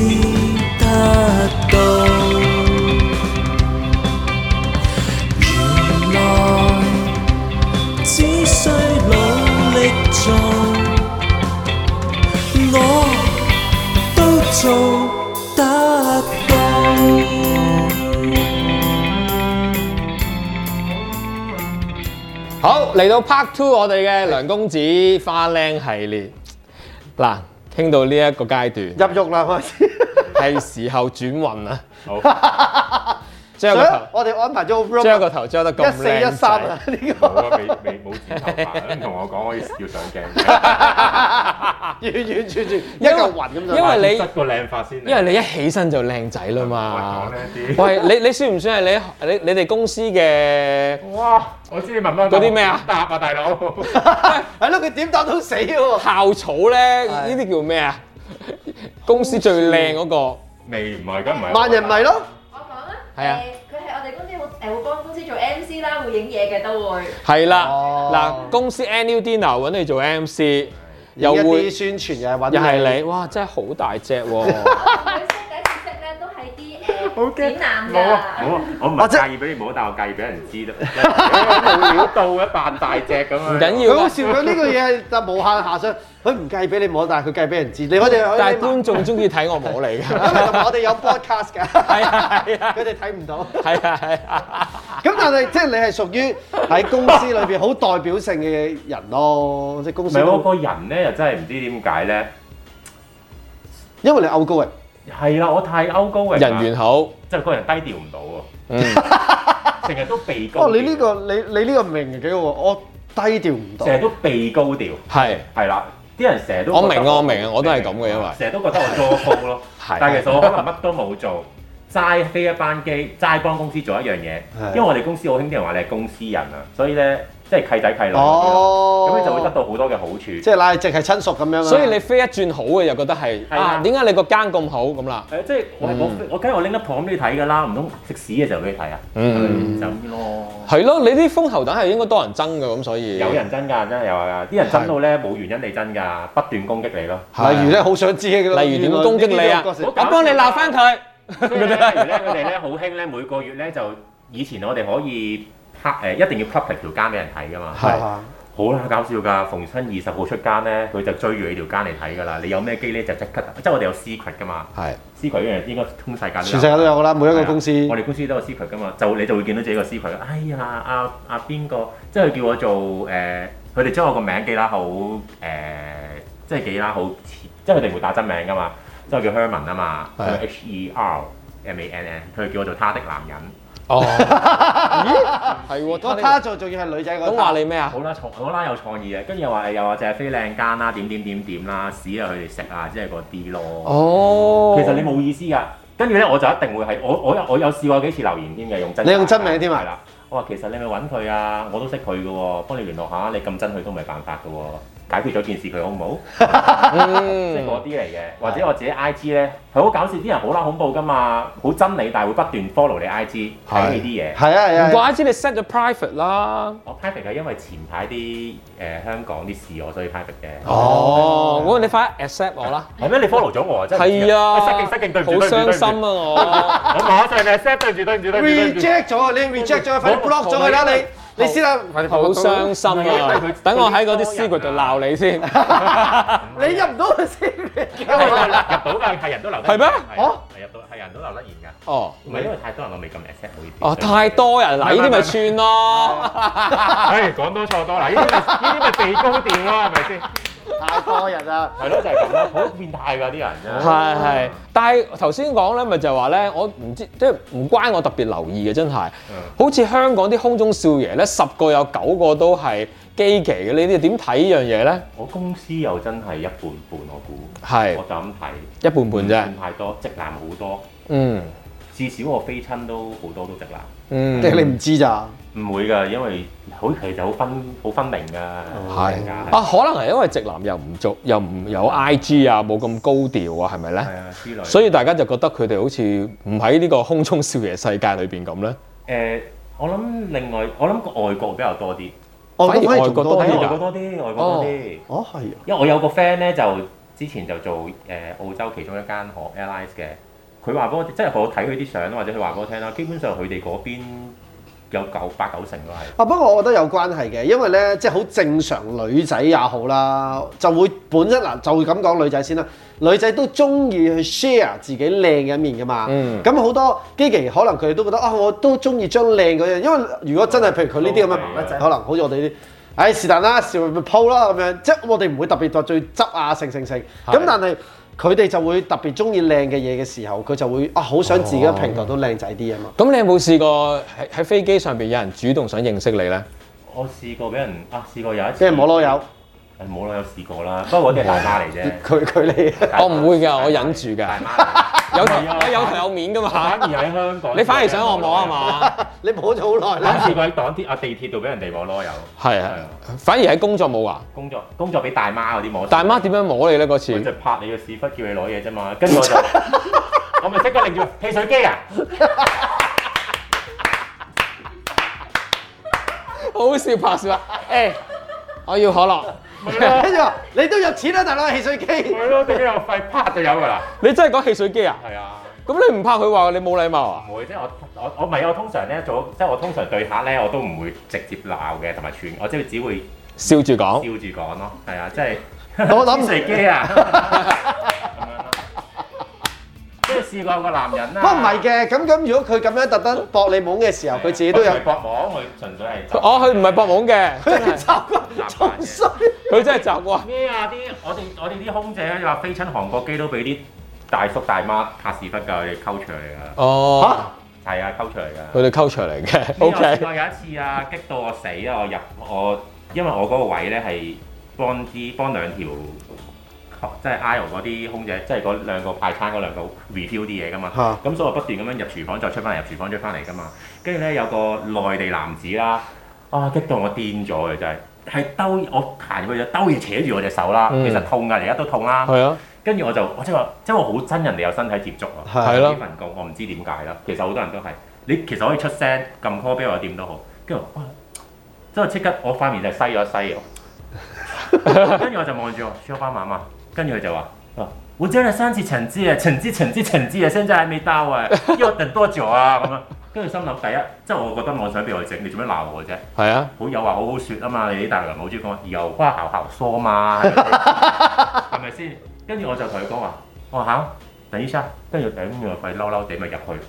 Speaker 6: 得到。原來只需努力做，我都做得到。
Speaker 2: 好，嚟到 Part Two 我哋嘅梁公子花靚系列，嗱，傾到呢一個階 段，
Speaker 3: 入獄啦，係咪先？
Speaker 2: 係時候轉運 啦。
Speaker 4: 好，
Speaker 2: 將個頭，
Speaker 3: 我哋安排咗好 room，
Speaker 2: 將個頭將得咁
Speaker 3: 一四一
Speaker 2: 靚
Speaker 3: 三啊
Speaker 2: 仔，，
Speaker 3: 呢
Speaker 4: 冇
Speaker 3: 個
Speaker 4: 啊，未未冇剪頭髮，唔同我講我要要上鏡，
Speaker 3: 完完全全一
Speaker 2: 因為
Speaker 3: 嚿雲咁就。
Speaker 2: 因為 你
Speaker 4: 塞個靚髮先嚟。
Speaker 2: 因為你一起身就靚仔啦
Speaker 4: 我
Speaker 2: 嘛
Speaker 4: 講。呢啲。
Speaker 2: 喂，你你算唔算係你你你哋公司嘅？
Speaker 4: 哇！我知你問乜
Speaker 2: 嗰啲咩啊
Speaker 4: 答啊， 大佬。
Speaker 3: 係咯，佢點打都死喎。
Speaker 2: 校草咧，呢啲叫咩啊？公司最靚嗰個
Speaker 4: 未唔係，梗唔係。
Speaker 3: 萬人迷咯，
Speaker 5: 我講啦，
Speaker 2: 係啊
Speaker 5: 誒，佢係我哋公司好誒，會幫公司做 MC 啦，會影嘢嘅都 會。
Speaker 2: 係啦，
Speaker 3: 哦
Speaker 2: 嗱公司 annual dinner 揾你做 MC，又
Speaker 3: 有
Speaker 2: 會
Speaker 3: 一啲宣
Speaker 2: Dạ,
Speaker 3: 傳又係揾
Speaker 2: 又係你，哇真係好大隻喎！
Speaker 5: 佢識第一次識咧，都喺啲誒
Speaker 4: 好驚！
Speaker 5: 點難㗎
Speaker 4: 冇啊，冇啊，我唔
Speaker 3: 或者
Speaker 4: 係介意俾你冇，但我介意俾人知得。冇料到嘅扮大隻咁樣。
Speaker 2: 唔緊要啊
Speaker 3: 佢好
Speaker 2: 㗎。
Speaker 3: 笑，佢呢個嘢係就無限遐想，佢唔計俾你摸，但係佢計俾人知。你我哋
Speaker 2: 但係
Speaker 3: 因
Speaker 2: 觀眾中意睇我冇嚟㗎。
Speaker 3: 為同埋我哋有 podcast 㗎，係
Speaker 2: 啊係 啊
Speaker 3: 佢哋睇唔到。
Speaker 2: 係啊係啊。
Speaker 3: 咁但係即係你係屬於喺公司裏邊好代表性嘅人咯，即係公
Speaker 4: 唔
Speaker 3: 司
Speaker 4: 係我
Speaker 3: 都。
Speaker 4: 個人咧，又真係唔知點解咧。
Speaker 3: 因為你歐高榮，
Speaker 4: 係啦，我太歐高榮啦
Speaker 2: 人緣好，
Speaker 4: 即係個人低調唔到
Speaker 2: 嗯，
Speaker 4: 喎，成日都被高調。
Speaker 3: 哦你呢個你你呢個名幾好喎，我低調唔到
Speaker 4: 成。日都被高調，
Speaker 2: 係
Speaker 4: 係啦。啲人成日都
Speaker 2: 我
Speaker 4: 覺得
Speaker 2: 明啊我明啊我都係咁嘅因為
Speaker 4: 成日都覺得我多高咯
Speaker 2: 係，
Speaker 4: 但係其實我可能乜都冇做，齋飛一班機，齋幫公司做一樣嘢
Speaker 3: 係。
Speaker 4: 因為我哋公司好興啲人話你係公司人啊，所以咧即係契仔契女嗰啲咯，
Speaker 3: 哦，
Speaker 4: 咁你就會得到好多嘅好處。
Speaker 3: 即係拉直係親屬咁樣啊。
Speaker 2: 所以你飛一轉好嘅又覺得係
Speaker 4: 係啊
Speaker 2: 啊，點解你個間咁好咁啦？
Speaker 4: 誒，即係我我我梗係我拎得旁俾你睇㗎啦，唔通食屎嘅時候俾你睇啊？
Speaker 2: 嗯
Speaker 4: 就咁咯。
Speaker 2: 係咯，你啲風頭等係應該多人爭㗎，咁所以
Speaker 4: 有人真㗎，真係有啊！啲人真到咧冇原因你真㗎，不斷攻擊你咯。
Speaker 2: 係
Speaker 3: 例如咧，好想知嘅
Speaker 2: 例如點攻擊你啊？
Speaker 3: 原來呢啲都有角色
Speaker 2: 我幫你鬧翻佢。
Speaker 4: 所以咧，例如咧，佢哋咧好興咧，每個月咧就以前我哋可以拍誒，一定要 public 條間俾人睇㗎嘛。
Speaker 2: 係
Speaker 4: 好啦，搞笑㗎！逢親二十號出街咧，佢就追住你條間嚟睇㗎啦。你有咩機咧就即刻，即係我哋有 secret 㗎嘛。
Speaker 2: 係
Speaker 4: secret 呢樣應該通世界都有
Speaker 3: 全世界都有㗎啦，每一個公司。
Speaker 4: 啊我哋公司都有 secret 噶嘛，就你就會見到自己個 secret。哎呀，阿阿邊個，即係佢叫我做誒，呃佢、哋將我個名記啦好誒、呃即係記啦好似，即係佢哋會打真名噶嘛，即係我叫 Herman 啊嘛
Speaker 2: 係
Speaker 4: ，H E R M A N N，佢哋叫我做他的男人。
Speaker 3: 啊
Speaker 2: 哦， 係喎，他
Speaker 3: 個他做仲要係女仔嗰
Speaker 2: 咁
Speaker 3: 個
Speaker 2: 話你咩啊
Speaker 4: 好？啦，創好啦，有創意嘅，啊跟住又話又話謝飛靚間啦，點點點點啦，屎啊佢哋食啊，即係嗰啲咯。
Speaker 2: 哦，
Speaker 4: 其實你冇意思㗎。跟住咧，我就一定會係我我有我有試過幾次留言添嘅，用真
Speaker 3: 你用真名添啊
Speaker 4: 係啦，我話其實你咪揾佢啊，我都識佢嘅喎，幫你聯絡下，你咁憎佢都唔係辦法嘅喎，解決咗件事佢好唔好？即係
Speaker 2: 嗯
Speaker 4: 嗰啲嚟嘅，或者我自己 I G 咧，佢好搞笑，啲人好啦恐怖㗎嘛，好憎你，但係會不斷 follow 你 I G 睇你啲嘢。
Speaker 3: 係啊係
Speaker 2: 唔
Speaker 3: 啊係啊，
Speaker 2: 怪之你 set 咗 private 啦。
Speaker 4: 我 private 係因為前排啲誒香港啲事，我所以 private 嘅。
Speaker 2: 哦，咁你快啲 accept 我啦。
Speaker 4: 係咩？你 follow 咗啊我啊？真係唔知
Speaker 2: 係啊，
Speaker 4: 失敬失敬，對唔住
Speaker 2: 好
Speaker 4: 對唔住對唔
Speaker 2: 傷
Speaker 4: 住
Speaker 2: 心啊 我。
Speaker 4: 我馬上 accept，對唔住對唔住對唔住對唔住。
Speaker 3: reject 咗啊！你 reject 咗，快啲
Speaker 4: 我
Speaker 3: block 咗佢啦！你你先啦，快啲
Speaker 2: 好
Speaker 3: block 咗佢
Speaker 2: 傷心啊！等我喺嗰啲 secret 度
Speaker 4: 啊
Speaker 2: 鬧你先。
Speaker 3: 你入唔到去先。 啊
Speaker 4: 因為入到㗎，係人都留得。
Speaker 2: 係咩
Speaker 4: 哦，係入到，係人都留得言㗎。
Speaker 2: 哦，
Speaker 4: 唔係因為太多人，我未咁 accept 好啲。
Speaker 2: 哦，太多人嗱，呢啲咪串
Speaker 4: 哦
Speaker 2: 咯。
Speaker 4: 唉，講多錯多啦，呢啲咪呢啲咪被高調咯，係咪先？
Speaker 3: 太多 人啦！
Speaker 4: 係咯，就係咁啦，好變態㗎啲人真係。
Speaker 2: 係係，但係頭先講咧，咪就係話咧，我唔知即係唔關我特別留意嘅，真係。
Speaker 4: 嗯
Speaker 2: 好似香港啲空中少爺咧，十個有九個都係基奇嘅，你哋點睇呢樣嘢咧？
Speaker 4: 我公司又真係一半半，我估。
Speaker 2: 係
Speaker 4: 我就咁睇，
Speaker 2: 一半半啫
Speaker 4: 半。太多，直男好多，
Speaker 2: 嗯
Speaker 4: 至少我飛親都好多都直男。
Speaker 2: 嗯，
Speaker 3: 即係你唔知咋？
Speaker 4: 唔會㗎，因為好其實好分好分明㗎。
Speaker 2: 係
Speaker 4: 㗎
Speaker 2: 啊，可能係因為直男又唔做，又唔有 IG 啊，冇咁高調啊，係咪咧？
Speaker 4: 係啊，之類。
Speaker 2: 所以大家就覺得佢哋好似唔喺呢個空中少爺世界裏邊咁咧。
Speaker 4: 誒、我諗另外，我諗外國比較多啲，
Speaker 3: 我
Speaker 2: 反而
Speaker 3: 哦可以仲
Speaker 2: 外國
Speaker 3: 多
Speaker 2: 多
Speaker 4: 係
Speaker 2: 啲
Speaker 4: 外
Speaker 2: 㗎
Speaker 4: 國哎多啲，外國多啲。
Speaker 3: 哦，係啊，
Speaker 4: 因為我有個 friend 咧，就之前就做誒、澳洲其中一間航 airlines 嘅，佢話俾我，即係我睇佢啲相或者佢話俾我聽啦，基本上佢哋嗰邊有九八九成都係。
Speaker 3: 啊不過我覺得有關係嘅，因為咧即係好正常女仔也好啦，就會本身嗱就咁講女仔先啦，女仔都中意去 share 自己靚嘅一面噶嘛。
Speaker 2: 嗯
Speaker 3: 咁好多基奇可能佢哋都覺得啊，我都中意將靚嗰樣，因為如果真哦係譬如佢呢啲咁嘅麻甩仔，可能好似我哋呢啲。唉，是但啦，笑咪鋪啦咁樣，即係我哋唔會特別話最執啊，成成成。咁但係佢哋就會特別中意靚嘅嘢嘅時候，佢就會啊好想自己嘅平台都靚仔啲啊嘛。
Speaker 2: 咁你有冇試過喺喺飛機上邊有人主動想認識你咧？
Speaker 4: 我試過俾人啊，試過有一次
Speaker 3: 即係摸攞友，
Speaker 4: 誒冇啦，有試過啦，不過嗰啲係大媽嚟啫。
Speaker 3: 佢佢你。
Speaker 4: 大媽
Speaker 2: 我唔會㗎我忍住㗎
Speaker 4: 大媽嚟
Speaker 2: 有
Speaker 4: 唔係啊
Speaker 2: 我有頭有面㗎
Speaker 4: 反
Speaker 2: 嘛？
Speaker 4: 而喺香港，
Speaker 2: 你反而想我摸啊？ 嘛？
Speaker 3: 你摸咗好耐
Speaker 4: 我
Speaker 3: 啦，
Speaker 4: 試過喺港鐵啊地鐵度俾人哋摸攞油，
Speaker 2: 係啊，反而喺工作冇啊。
Speaker 4: 工作工作俾大媽嗰啲摸。
Speaker 2: 大媽點樣摸你咧？嗰次
Speaker 4: 佢就拍你個屎忽叫你攞嘢啫嘛，跟住 我就我咪即刻拎住汽水機啊！
Speaker 2: 好好笑拍笑啊！誒，我要可樂。
Speaker 3: 跟住話你都入錢啦，大佬汽水機。
Speaker 4: 係咯，點解有肺啪就有㗎啦？
Speaker 2: 你真係講汽水機啊？
Speaker 4: 係啊，
Speaker 2: 咁你唔怕佢話你冇禮貌啊？
Speaker 4: 唔會，即係我我我唔係我通常咧做，即係我通常對客咧我都唔會直接鬧嘅，同埋串，我即係只會
Speaker 2: 笑住講，
Speaker 4: 吊住講咯，係啊，即係
Speaker 3: 我 諗
Speaker 4: 食機啊，咁樣咯即係試過有個男人
Speaker 3: 不
Speaker 4: 啦，
Speaker 3: 過唔係嘅，咁咁如果佢咁樣特登搏你懵嘅時候，佢自己都有
Speaker 4: 佢搏網，佢純粹係
Speaker 2: 哦，佢唔係博懵嘅， 真係
Speaker 3: 習慣， 仲衰。
Speaker 2: 佢真係習慣。
Speaker 4: 咩啊？啲我哋我哋啲空姐咧話飛親韓國機都俾啲大叔大媽拍屎忽㗎，佢哋 culture 嚟㗎，
Speaker 2: 哦，
Speaker 4: 係啊 culture 嚟
Speaker 2: 佢哋
Speaker 4: 㗎。
Speaker 2: culture 嚟嘅
Speaker 4: 我試
Speaker 2: ，OK，
Speaker 4: 過有一次啊，激到我死啊！我入我因為我嗰個位咧係幫啲幫兩條即係 I O 嗰啲空姐，即係嗰兩個派餐嗰兩個 review 啲嘢噶嘛。咁、
Speaker 3: 嚇
Speaker 4: 所以我不斷咁樣入廚房再出翻嚟，入廚房再翻嚟噶嘛。跟住咧有個內地男子啦，啊激到我癲咗嘅真係，係兜我行過去就兜嘢扯住我隻手啦，
Speaker 2: 嗯
Speaker 4: 其實痛㗎，而家都痛啦。
Speaker 2: 係啊，
Speaker 4: 跟住我就我即係話，即係我好憎人哋有身體接觸啊！
Speaker 3: 係
Speaker 2: 咯
Speaker 4: 呢份工我唔知點解啦。其實好多人都係，你其實可以出聲撳 call 俾我點都好。跟住我哇，即係即刻我塊面就西咗西 咗。跟住我就望住我小巴媽媽，跟住佢就話：啊我真係三次橙汁啊，橙汁橙汁橙汁啊，現在還未到啊， 要等多久啊？咁樣。跟住心諗第一，即係我覺得我想俾我整，你做咩鬧我啫？
Speaker 2: 係啊，
Speaker 4: 好有話好好説啊嘛，你啲大陸人好中意講油花姣姣梳嘛， 係咪先係咪先？跟住我就同佢講話，我話嚇，等醫生，跟住頂住佢嬲嬲地咪入去，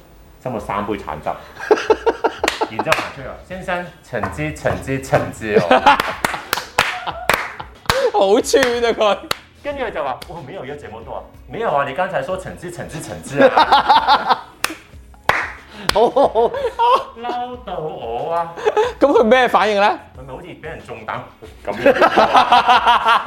Speaker 4: 斟咗三杯 橙汁，然之後行出去話，先生，陳之陳之陳 之哦，
Speaker 2: 好串啊佢，
Speaker 4: 跟住佢就話，我沒有要這麼多啊，沒有啊，你剛才說陳之陳之陳之 啊，
Speaker 3: 好好好，
Speaker 4: 嬲到我啊，
Speaker 2: 咁佢咩反應 咧？
Speaker 4: 佢咪好似俾人中彈咁樣。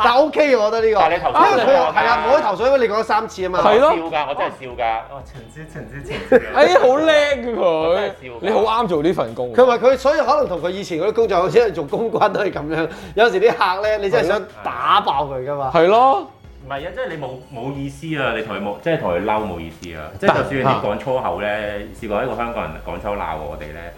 Speaker 3: 但 OK 嘅，我覺得呢個，
Speaker 4: 但係你頭先
Speaker 3: 因為佢又係啊，我喺頭水，因為你講咗三次啊嘛。
Speaker 2: 係咯
Speaker 4: 我笑㗎，我真係笑㗎，我話哦陳之陳之陳啊之。
Speaker 2: 哎，
Speaker 3: 啊
Speaker 2: 好叻嘅
Speaker 4: 我
Speaker 2: 佢
Speaker 4: 真係笑，
Speaker 2: 你好啱做呢份工。
Speaker 3: 佢話佢，所以可能同佢以前嗰啲工作，好似係做公關都係咁樣。有時啲客咧，你真係想打爆佢噶嘛。
Speaker 2: 係咯，
Speaker 4: 唔係啊，即係你冇冇意思啊！你同佢冇，即係同佢嬲冇意思啊！即係就算你講粗口咧，試過一個香港人講粗鬧我哋咧，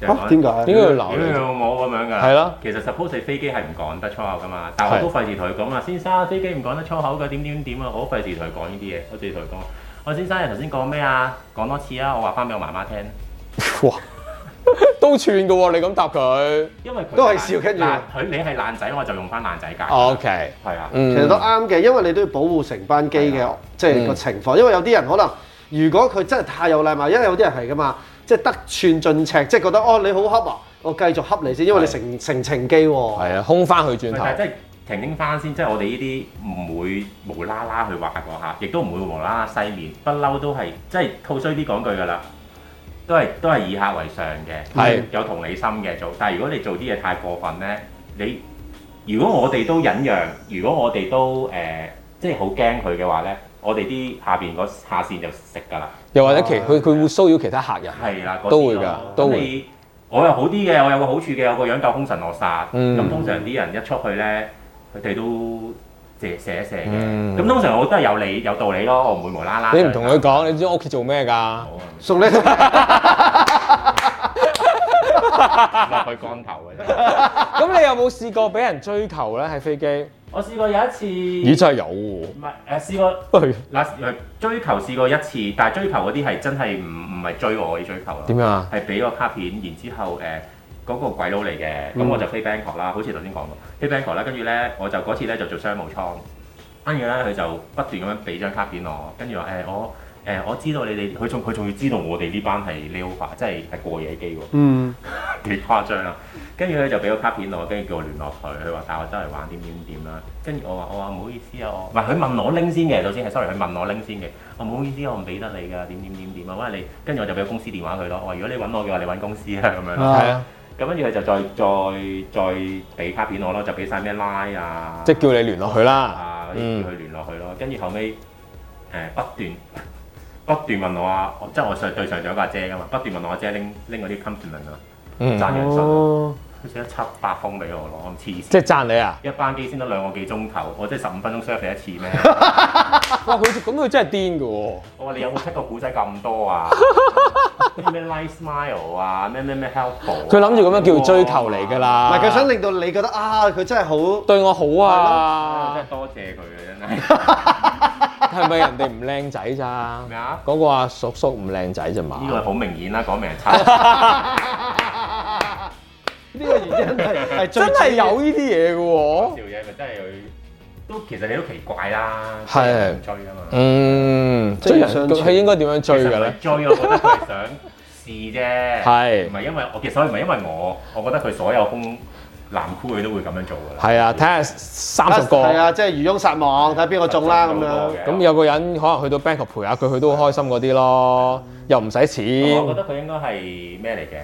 Speaker 4: 就係
Speaker 3: 嚇
Speaker 4: 講
Speaker 3: 啊點解？
Speaker 2: 點解要
Speaker 4: 屌
Speaker 2: 鬧
Speaker 4: 你
Speaker 2: 你？
Speaker 4: 老母咁樣㗎？
Speaker 2: 係啦。
Speaker 4: 其實 suppose 你飛機係唔講得粗口㗎嘛，但我
Speaker 2: 係
Speaker 4: 都費事同佢講話，先生飛機唔講得粗口㗎，點點點啊！我好費事同佢講呢啲嘢，我直接同佢講，我先生你頭先講咩啊？講多次啊！我話翻俾我媽媽聽，
Speaker 2: 哇， 都串嘅喎，你咁答佢。
Speaker 4: 因為佢
Speaker 3: 都係笑跟住哦
Speaker 4: 嗱佢你係爛仔，我就用翻爛仔教。
Speaker 2: OK，
Speaker 4: 係啊，
Speaker 2: 嗯，
Speaker 3: 其實都啱嘅，因為你都要保護成班機
Speaker 4: 係
Speaker 3: 嘅
Speaker 4: 啊，
Speaker 3: 即係個
Speaker 2: 嗯
Speaker 3: 情況。因為有啲人可能，如果佢真係太有禮貌，因為有啲人係噶嘛，即係得寸進尺，即係覺得哦你好恰啊，我繼續恰你先，因為你
Speaker 2: 係
Speaker 3: 成成程機喎。
Speaker 2: 係啊，空翻佢轉頭。
Speaker 4: 但係即係停拎翻先，即係我哋呢啲唔會無啦啦去話個客，亦都唔會無啦啦西面，不嬲都係即係套衰啲講句㗎啦，都係都係以客為上嘅，
Speaker 2: 嗯係
Speaker 4: 有同理心嘅做。但係如果你做啲嘢太過分咧，你如果我哋都忍讓，如果我哋都誒、呃即係好驚佢嘅話咧，我哋啲下邊嗰下線就食㗎啦。
Speaker 2: 又或者其佢佢會騷擾其他客人。
Speaker 4: 係啦，嗰啲咯
Speaker 2: 都會㗎都會。
Speaker 4: 你我又好啲嘅，我有個好處嘅，有個樣夠兇神惡煞。咁、
Speaker 2: 嗯
Speaker 4: 通常啲人一出去咧，佢哋都借寫寫嘅。咁、
Speaker 2: 嗯
Speaker 4: 通常我都係有理有道理咯，我唔會無啦啦。
Speaker 2: 你唔同佢講，你知我屋企做咩㗎？
Speaker 3: 送你
Speaker 4: 落去光頭嘅啫。
Speaker 2: 咁你有冇試過俾人追求咧？喺飛機？
Speaker 4: 我試過有一次，
Speaker 2: 咦，
Speaker 4: 唔
Speaker 2: 真係有喎。
Speaker 4: 係誒試過
Speaker 2: 喂，
Speaker 4: 嗱誒追求試過一次，但係追求嗰啲係真係唔唔係追我嘅追求咯。
Speaker 2: 點樣啊？
Speaker 4: 係俾個卡片，然之後誒嗰、個鬼佬嚟嘅，咁
Speaker 2: 嗯
Speaker 4: 我就飛 Bangkok 啦，好似頭先講過飛 Bangkok 啦，跟住咧我就嗰次咧就做商務艙，跟住咧佢就不斷咁樣俾張卡片我，跟住話誒我誒、我知道你哋，佢仲佢仲要知道我哋呢班係 layover，即係係過夜機喎，
Speaker 3: 嗯，
Speaker 4: 幾誇張啦！跟住咧就俾個卡片我，跟住叫我聯絡佢，佢話帶我周圍玩點點點啦，跟住我話我話唔好意思啊，我唔係佢問我拎先嘅，首先係 sorry，佢問我拎先嘅。我唔好意思，我唔俾得你㗎，點點點點啊！喂，你跟住我就俾個公司電話佢咯。我話如果你揾我嘅話，你揾公司啊咁樣
Speaker 3: 啊
Speaker 4: 咯。
Speaker 2: 係啊，
Speaker 4: 咁跟住佢就再再再俾卡片我咯，就俾晒咩拉啊，
Speaker 2: 即係叫你聯絡佢啦。
Speaker 4: 啊嗰
Speaker 2: 嗯
Speaker 4: 啲叫佢聯絡佢咯。跟住後尾誒、不斷 不斷問我啊，我即係我上對上仲有個阿姐㗎嘛，不斷問我阿姐拎拎嗰啲 compliment 啊，
Speaker 2: 嗯，
Speaker 4: 讚揚信啊，
Speaker 3: 哦，
Speaker 4: 佢寫咗七百封俾我咯，我黐線。
Speaker 2: 即係讚你啊！
Speaker 4: 一班機先得兩個幾鐘頭，我即係十五分鐘 serve 你一 次咩？
Speaker 2: 哇，佢咁佢真係癲㗎喎。
Speaker 4: 我話你有冇出個古仔咁多啊？咩 Life Smile 啊，咩咩咩 Helpful 啊。
Speaker 2: 佢諗住咁樣叫追求嚟㗎
Speaker 3: 唔
Speaker 2: 啦。
Speaker 3: 係佢想令到你覺得啊，佢真係好
Speaker 2: 對我好
Speaker 4: 哇。真
Speaker 2: 啊
Speaker 4: 係！多謝佢啊，真係。
Speaker 2: 係咪人哋唔靚仔咋？
Speaker 4: 咩啊
Speaker 2: 嗰個阿叔叔唔靚仔咋嘛？
Speaker 4: 呢個好明顯啦，講明係差。
Speaker 3: 呢個原因係係最
Speaker 2: 真係有呢啲嘢嘅
Speaker 4: 少
Speaker 2: 喎。
Speaker 4: 嘢咪真係佢都其實你都奇怪啦，
Speaker 2: 係
Speaker 4: 即係唔追啊嘛。
Speaker 2: 嗯，即
Speaker 3: 追
Speaker 2: 係
Speaker 3: 上
Speaker 2: 佢
Speaker 3: 前
Speaker 2: 應該點樣
Speaker 4: 其
Speaker 2: 追嘅
Speaker 4: 實唔
Speaker 2: 咧
Speaker 4: 係？追，我覺得佢係想試啫。
Speaker 2: 係
Speaker 4: 唔係因為我其實所以唔係因為我，我覺得佢所有空男箍佢都會咁樣做㗎啦。
Speaker 2: 係啊，睇下三十個，
Speaker 3: 係啊，即係漁翁撒網，睇下邊個中啦咁 樣。
Speaker 4: 嘅
Speaker 2: 咁有個人可能去到 Bangkok 陪下佢，佢都好開心嗰啲咯，又唔使錢，
Speaker 4: 我覺得佢應該係咩嚟嘅？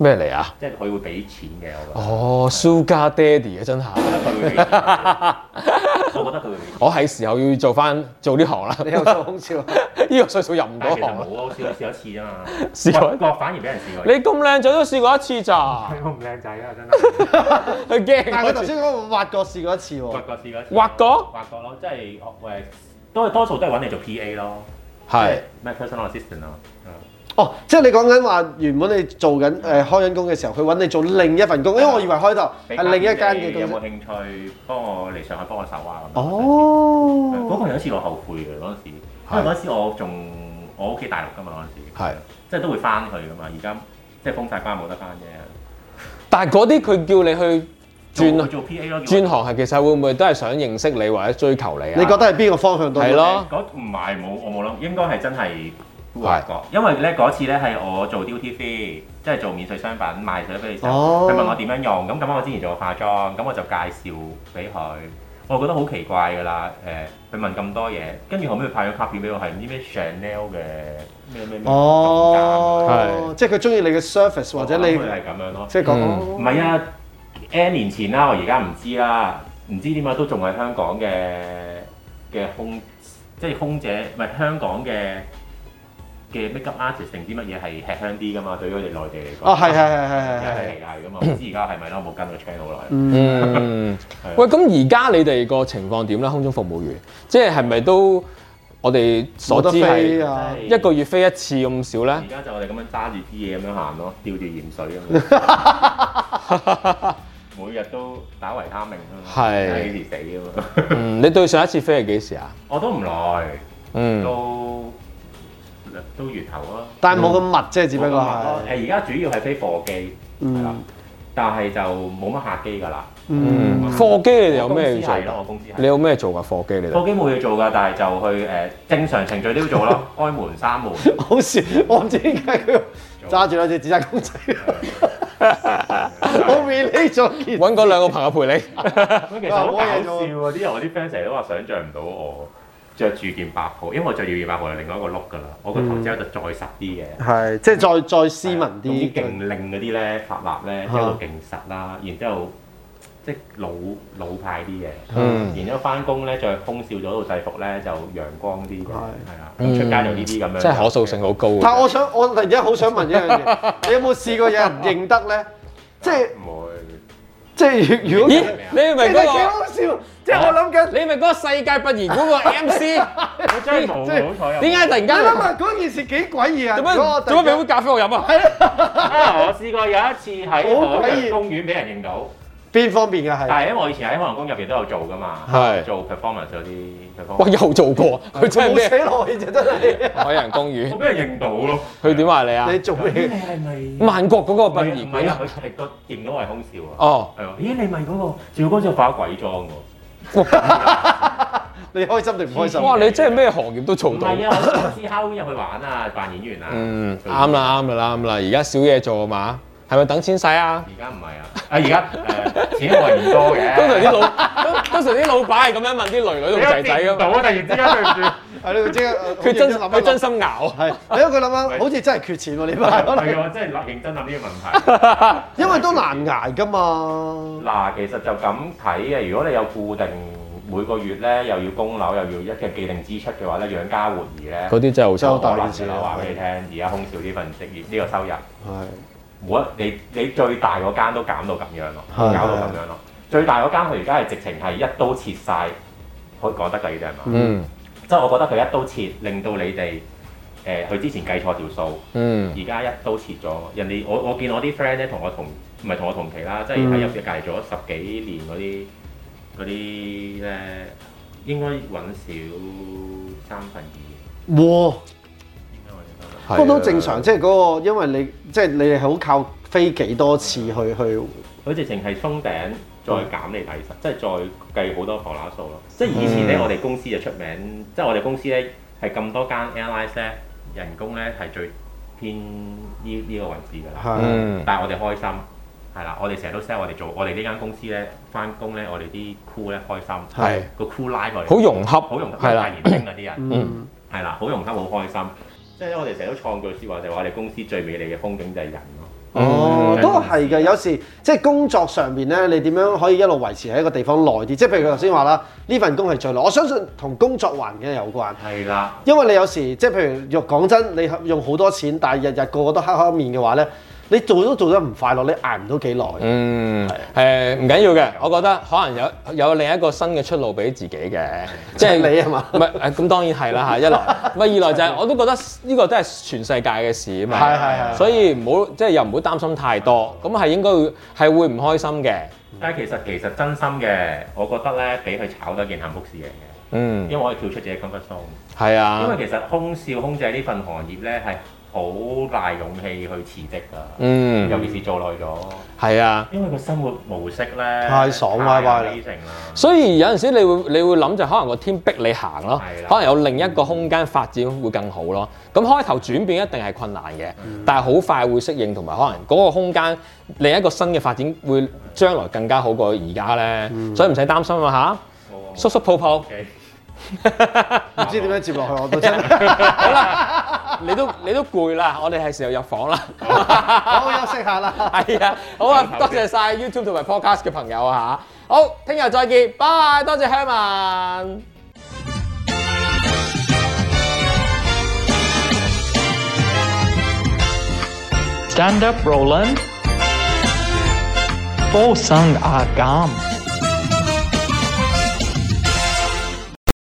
Speaker 2: 咩嚟啊？
Speaker 4: 即係佢會俾錢嘅，我覺得。
Speaker 2: 哦，Sugar Daddy 啊，真係，
Speaker 4: 我覺得佢會俾錢。我覺得佢會俾錢。
Speaker 2: 我係時候要做翻做呢行啦，
Speaker 3: 你又做空少，
Speaker 2: 呢個歲數入唔
Speaker 4: 但
Speaker 2: 到
Speaker 4: 係
Speaker 2: 行
Speaker 4: 其實
Speaker 2: 啦。
Speaker 4: 冇啊，我試過試一次啫嘛。
Speaker 2: 試過
Speaker 4: 外國反而俾人試
Speaker 2: 你
Speaker 4: 過。
Speaker 2: 咁靚仔都試過一次咋？
Speaker 4: 我唔靚仔啊，真係。
Speaker 2: 佢驚。
Speaker 3: 但係佢頭先講我挖過試過一次
Speaker 4: 挖
Speaker 3: 喎，
Speaker 4: 角試過一次。
Speaker 2: 挖角
Speaker 4: 挖角咯，即係誒，都係多數都係揾你做 PA 咯，
Speaker 2: 係
Speaker 4: 咩 personal assistant 咯。嗯
Speaker 3: 哦，即係你講緊話原本你做緊誒開緊工嘅時候，佢揾你做另一份工，因為我以為開頭係啊另一間嘅
Speaker 4: 你有冇
Speaker 3: 公司。
Speaker 4: 興趣幫我嚟上海幫我手啊？咁樣嗰
Speaker 3: 哦，
Speaker 4: 個有一次我後悔嘅嗰陣時，因為嗰陣時我仲我屋企大陸噶嘛嗰陣
Speaker 2: 係
Speaker 4: 時，即係都會翻去噶嘛。而家即係封晒關冇得翻啫。
Speaker 2: 但係嗰啲佢叫你去
Speaker 3: 啊
Speaker 4: 做
Speaker 2: 轉
Speaker 4: 做 PA 咯，
Speaker 2: 轉行係其實會唔會都係想認識你或者追求你啊？
Speaker 3: 你覺得係邊個方向多啲？
Speaker 2: 係咯
Speaker 4: 嗰唔係冇我冇諗，應該係真係外國，因為咧嗰次咧係我做 duty free，即係做免稅商品賣咗俾你手，佢、
Speaker 3: 哦
Speaker 4: 問我點樣用，咁咁啱我之前做化妝，咁我就介紹俾佢。我覺得好奇怪㗎啦，誒、佢問咁多嘢，跟住後尾佢派咗卡片俾我，係唔知咩 Chanel 嘅咩咩咩
Speaker 3: 哦，即係佢中意你嘅 surface
Speaker 4: 總
Speaker 3: 或
Speaker 4: 監
Speaker 3: 者你
Speaker 4: 我諗佢係咁樣咯，
Speaker 3: 即係哦
Speaker 4: 唔
Speaker 3: 講
Speaker 4: 係啊，N 年前啦，我而家唔知啦，唔知點解都仲係香港嘅嘅空，即係空姐，唔係香港嘅嘅 make up artist 定啲乜嘢係吃香啲噶嘛？對於我哋內地嚟講，
Speaker 3: 哦，係係係
Speaker 4: 一
Speaker 3: 係係係
Speaker 4: 係係噶嘛，唔知而家係咪啦？我冇跟個 channel 好耐。
Speaker 3: 嗯。
Speaker 2: 嗯
Speaker 4: 係啊，
Speaker 2: 喂，咁而家你哋個情況點咧？空中服務員，即係係咪都我哋所
Speaker 3: 冇得
Speaker 2: 知
Speaker 3: 飛
Speaker 2: 係
Speaker 3: 啊！
Speaker 2: 一個月飛一次咁少咧
Speaker 4: 而？家就我哋咁樣揸住支嘢咁樣行咯，吊住鹽水咁樣， 每日都打維他命啊嘛，
Speaker 2: 係
Speaker 4: 睇幾時死啊嘛，
Speaker 2: 嗯，你對上一次飛係幾時啊？
Speaker 4: 我都唔耐。
Speaker 2: 嗯，
Speaker 4: 都都月頭啊咯，
Speaker 3: 但係冇咁密啫，只不過
Speaker 4: 冇咁密
Speaker 3: 係。
Speaker 4: 咯啊誒而家主要係飛貨機，係啦
Speaker 3: 嗯，
Speaker 4: 但係就冇乜客機㗎啦。
Speaker 3: 嗯，
Speaker 2: 貨機你哋有
Speaker 4: 啊我公司
Speaker 2: 咩要做
Speaker 4: 係咯？我
Speaker 2: 㗎？
Speaker 4: 公司係
Speaker 2: 你有咩做㗎？貨機你哋
Speaker 4: 貨機冇嘢做㗎，但係就去誒正常程序都要做咯， 開門閂門。
Speaker 3: 好笑，我唔知點解佢揸住兩隻紙紮公仔，我 relate 咗件。
Speaker 2: 揾嗰兩個朋友陪你。
Speaker 4: 咁其實好搞
Speaker 3: 哇冇嘢
Speaker 4: 笑
Speaker 3: 做
Speaker 4: 喎！啲人我啲 friend 成日都話想像唔到我着住件白袍，因為我着住件白袍係另外一個 look 㗎啦，我個頭之後就再實啲嘅。
Speaker 3: 係，即係再再斯文
Speaker 4: 用
Speaker 3: 啲。
Speaker 4: 勁令嗰啲咧髮蠟咧，
Speaker 3: 啊
Speaker 4: 即係度勁實啦，然之後即係老老派啲嘅，
Speaker 2: 嗯
Speaker 4: 然之後翻工咧着空少咗度制服咧就陽光啲嘅，係
Speaker 3: 係
Speaker 4: 啊，咁出街就呢啲咁 樣，
Speaker 2: 真係可塑性好高嘅。啊
Speaker 3: 但係我想，我突然間好想問一樣嘢，你有冇試過有人認得咧？即係
Speaker 4: 唔會，
Speaker 3: 即係如如果
Speaker 2: 咦？
Speaker 3: 你
Speaker 2: 你明唔明
Speaker 3: 睇幾
Speaker 2: 嗰個？
Speaker 3: 好笑，即係我諗緊，
Speaker 2: 你明唔明嗰個世界不言嗰個 MC？
Speaker 4: 我真係冇
Speaker 3: 即係
Speaker 4: 好彩啊！
Speaker 2: 點解突然
Speaker 3: 你
Speaker 2: 間
Speaker 3: 諗下嗰件事幾詭異啊！
Speaker 2: 做
Speaker 3: 如果
Speaker 2: 乜做乜
Speaker 3: 我突然
Speaker 2: 俾
Speaker 3: 間
Speaker 2: 杯咖啡我飲啊？
Speaker 4: 啊？我試過有一次喺
Speaker 3: 好詭
Speaker 4: 海洋
Speaker 3: 異
Speaker 4: 公園俾人認到，
Speaker 3: 邊方面嘅係？
Speaker 4: 但係因為我以前喺海洋公園入邊都有做噶嘛，
Speaker 2: 係
Speaker 4: 做 performance 嗰啲 performance，
Speaker 2: 哇！又做過，佢真係
Speaker 3: 冇
Speaker 2: 咩？
Speaker 3: 寫落去啫，真係。
Speaker 2: 海洋公
Speaker 4: 我
Speaker 2: 園，
Speaker 4: 俾人認到咯。
Speaker 2: 佢點話你啊
Speaker 3: 你？做咩？
Speaker 2: 萬國嗰個
Speaker 4: 唔
Speaker 2: 殯
Speaker 4: 係
Speaker 2: 儀
Speaker 4: 唔係
Speaker 2: 館
Speaker 4: 啊
Speaker 2: 啊！！
Speaker 4: 佢係個認到我係空少啊！
Speaker 2: 哦，
Speaker 4: 係喎，咦你咪嗰個趙光就化鬼妝喎？
Speaker 3: 你開心定唔開心？
Speaker 2: 哇！你真係咩行業都做
Speaker 4: 唔
Speaker 2: 到。
Speaker 4: 係啊，我公司敲入去玩啊，扮演員啊。
Speaker 2: 嗯，啱。啦，啱啦，啱啦，而家少嘢做啊嘛，係咪等錢使啊？
Speaker 4: 而家唔係啊，啊而家誒錢我係唔多嘅。
Speaker 2: 通常啲老，通通常啲老闆係咁樣問啲女女同仔仔
Speaker 4: 你一掂唔
Speaker 2: 噶
Speaker 4: 到
Speaker 2: 嘛，
Speaker 4: 啊！突然之間對 唔住。
Speaker 3: 係你即刻
Speaker 2: 佢真
Speaker 3: 好
Speaker 2: 佢
Speaker 3: 認諗一諗啊
Speaker 2: 真心咬。
Speaker 3: 係，你因為佢諗下，好似真係缺錢喎呢排，可能
Speaker 4: 係啊，真係認真諗呢個問題。
Speaker 3: 因為都難捱噶嘛。
Speaker 4: 嗱，其實就咁睇嘅。如果你有固定每個月咧，又要供樓，又要一嘅既定支出嘅話咧，養家活兒咧，
Speaker 2: 嗰啲真係好
Speaker 3: 真係好
Speaker 2: 慘。
Speaker 3: 大
Speaker 4: 可能
Speaker 3: 件事
Speaker 4: 嘅啦。
Speaker 3: 啊
Speaker 4: 話俾你聽，而家空少呢份職業呢個收入。
Speaker 3: 係
Speaker 4: 冇得你你最大嗰間都減到咁樣咯，
Speaker 3: 係
Speaker 4: 搞到咁樣咯。最大嗰間佢而家係直情係一刀切晒，可以講得㗎呢啲係嘛？
Speaker 2: 嗯
Speaker 4: 即係我覺得佢一刀切，令到你哋誒佢之前計錯條數，
Speaker 2: 嗯
Speaker 4: 而家一刀切咗。人哋我我見我啲 friend 咧同我同唔係同我同期啦，即係喺入邊隔離做咗十幾年嗰啲嗰啲咧應該揾少三分二，
Speaker 3: 哇！
Speaker 2: 啊
Speaker 4: 應該我哋覺得。
Speaker 3: 不過都正常，即係嗰個，因為你即係你係好靠飛幾多次去去，
Speaker 4: 佢直情係封頂，再
Speaker 2: 嗯
Speaker 4: 減你底薪，即係再計好多浮乸數咯。即係以前咧，我哋公司就出名，即係我哋公司咧係咁多間 airlines 咧，人工咧係最偏呢呢個位置㗎啦。
Speaker 3: 係
Speaker 2: 嗯
Speaker 4: 但係我哋開心，係啦，我哋成日都 sell 我哋做，我哋呢間公司咧翻工咧，我哋啲 crew 咧開心，
Speaker 2: 係
Speaker 4: 個 crew 拉佢，
Speaker 2: 好融洽
Speaker 4: 好融洽，
Speaker 2: 係啦
Speaker 4: 大年輕嗰啲人。
Speaker 3: 嗯
Speaker 4: 係啦，好融洽，好開心。即係咧，我哋成日都創句説話，就係話我哋公司最美麗嘅風景就係人咯。
Speaker 3: 哦，都係嘅。有時即係工作上面咧，你點樣可以一路維持喺一個地方耐啲？即係譬如佢頭先話啦，呢份工係最耐。我相信同工作環境有關。
Speaker 4: 係啦，
Speaker 3: 因為你有時即係譬如若講真，你用好多錢，但係日日個個都黑黑面嘅話咧，你做都做得唔快樂，你捱唔到幾耐。
Speaker 2: 嗯，誒唔緊要嘅，我覺得可能有有另一個新嘅出路俾自己 嘅，即係
Speaker 3: 你啊係嘛
Speaker 2: 唔係誒咁當然係啦嚇，一來 唔係二來就 係我都覺得呢個都係全世界嘅事啊嘛，
Speaker 3: 係係係
Speaker 2: 所以唔好即係又唔好擔心太多，咁係應該會係會唔開心嘅，
Speaker 4: 但係其實其實真心嘅，我覺得咧，俾佢炒得件幸福事嚟嘅，
Speaker 2: 嗯
Speaker 4: 因為，我可以跳出自己嘅 comfort zone。
Speaker 2: 係
Speaker 4: 因
Speaker 2: 啊，
Speaker 4: 為其實空少空姐呢份行業咧係好大勇氣去辭職㗎，尤
Speaker 2: 嗯，
Speaker 4: 其是做耐咗，
Speaker 2: 係啊。
Speaker 4: 因為個生活模式咧
Speaker 3: 太爽歪歪啦
Speaker 4: 太 amazing 啦。
Speaker 2: 所以有陣時你會你會諗就可能個 team 逼你行咯
Speaker 4: 係啦，
Speaker 2: 可能有另一個空間發展會更好咯。咁開頭轉變一定係困難嘅，
Speaker 4: 嗯
Speaker 2: 但係好快會適應，同埋可能嗰個空間另一個新嘅發展會將來更加好過而家咧，
Speaker 4: 嗯
Speaker 2: 所以唔使擔心啊
Speaker 4: 冇啊
Speaker 2: 嚇，叔叔抱抱
Speaker 4: OK
Speaker 3: 唔知點樣接落去，我都真係。
Speaker 2: 好啦，你都你都攰啦，我哋係時候入房啦。
Speaker 3: 好休息下啦。
Speaker 2: 係啊，好 啊，多謝晒 YouTube 同埋 Podcast 嘅朋友啊嚇，好，聽日再見，拜，多謝 Herman。
Speaker 1: Ah Stand up, Roland. Fosang agam.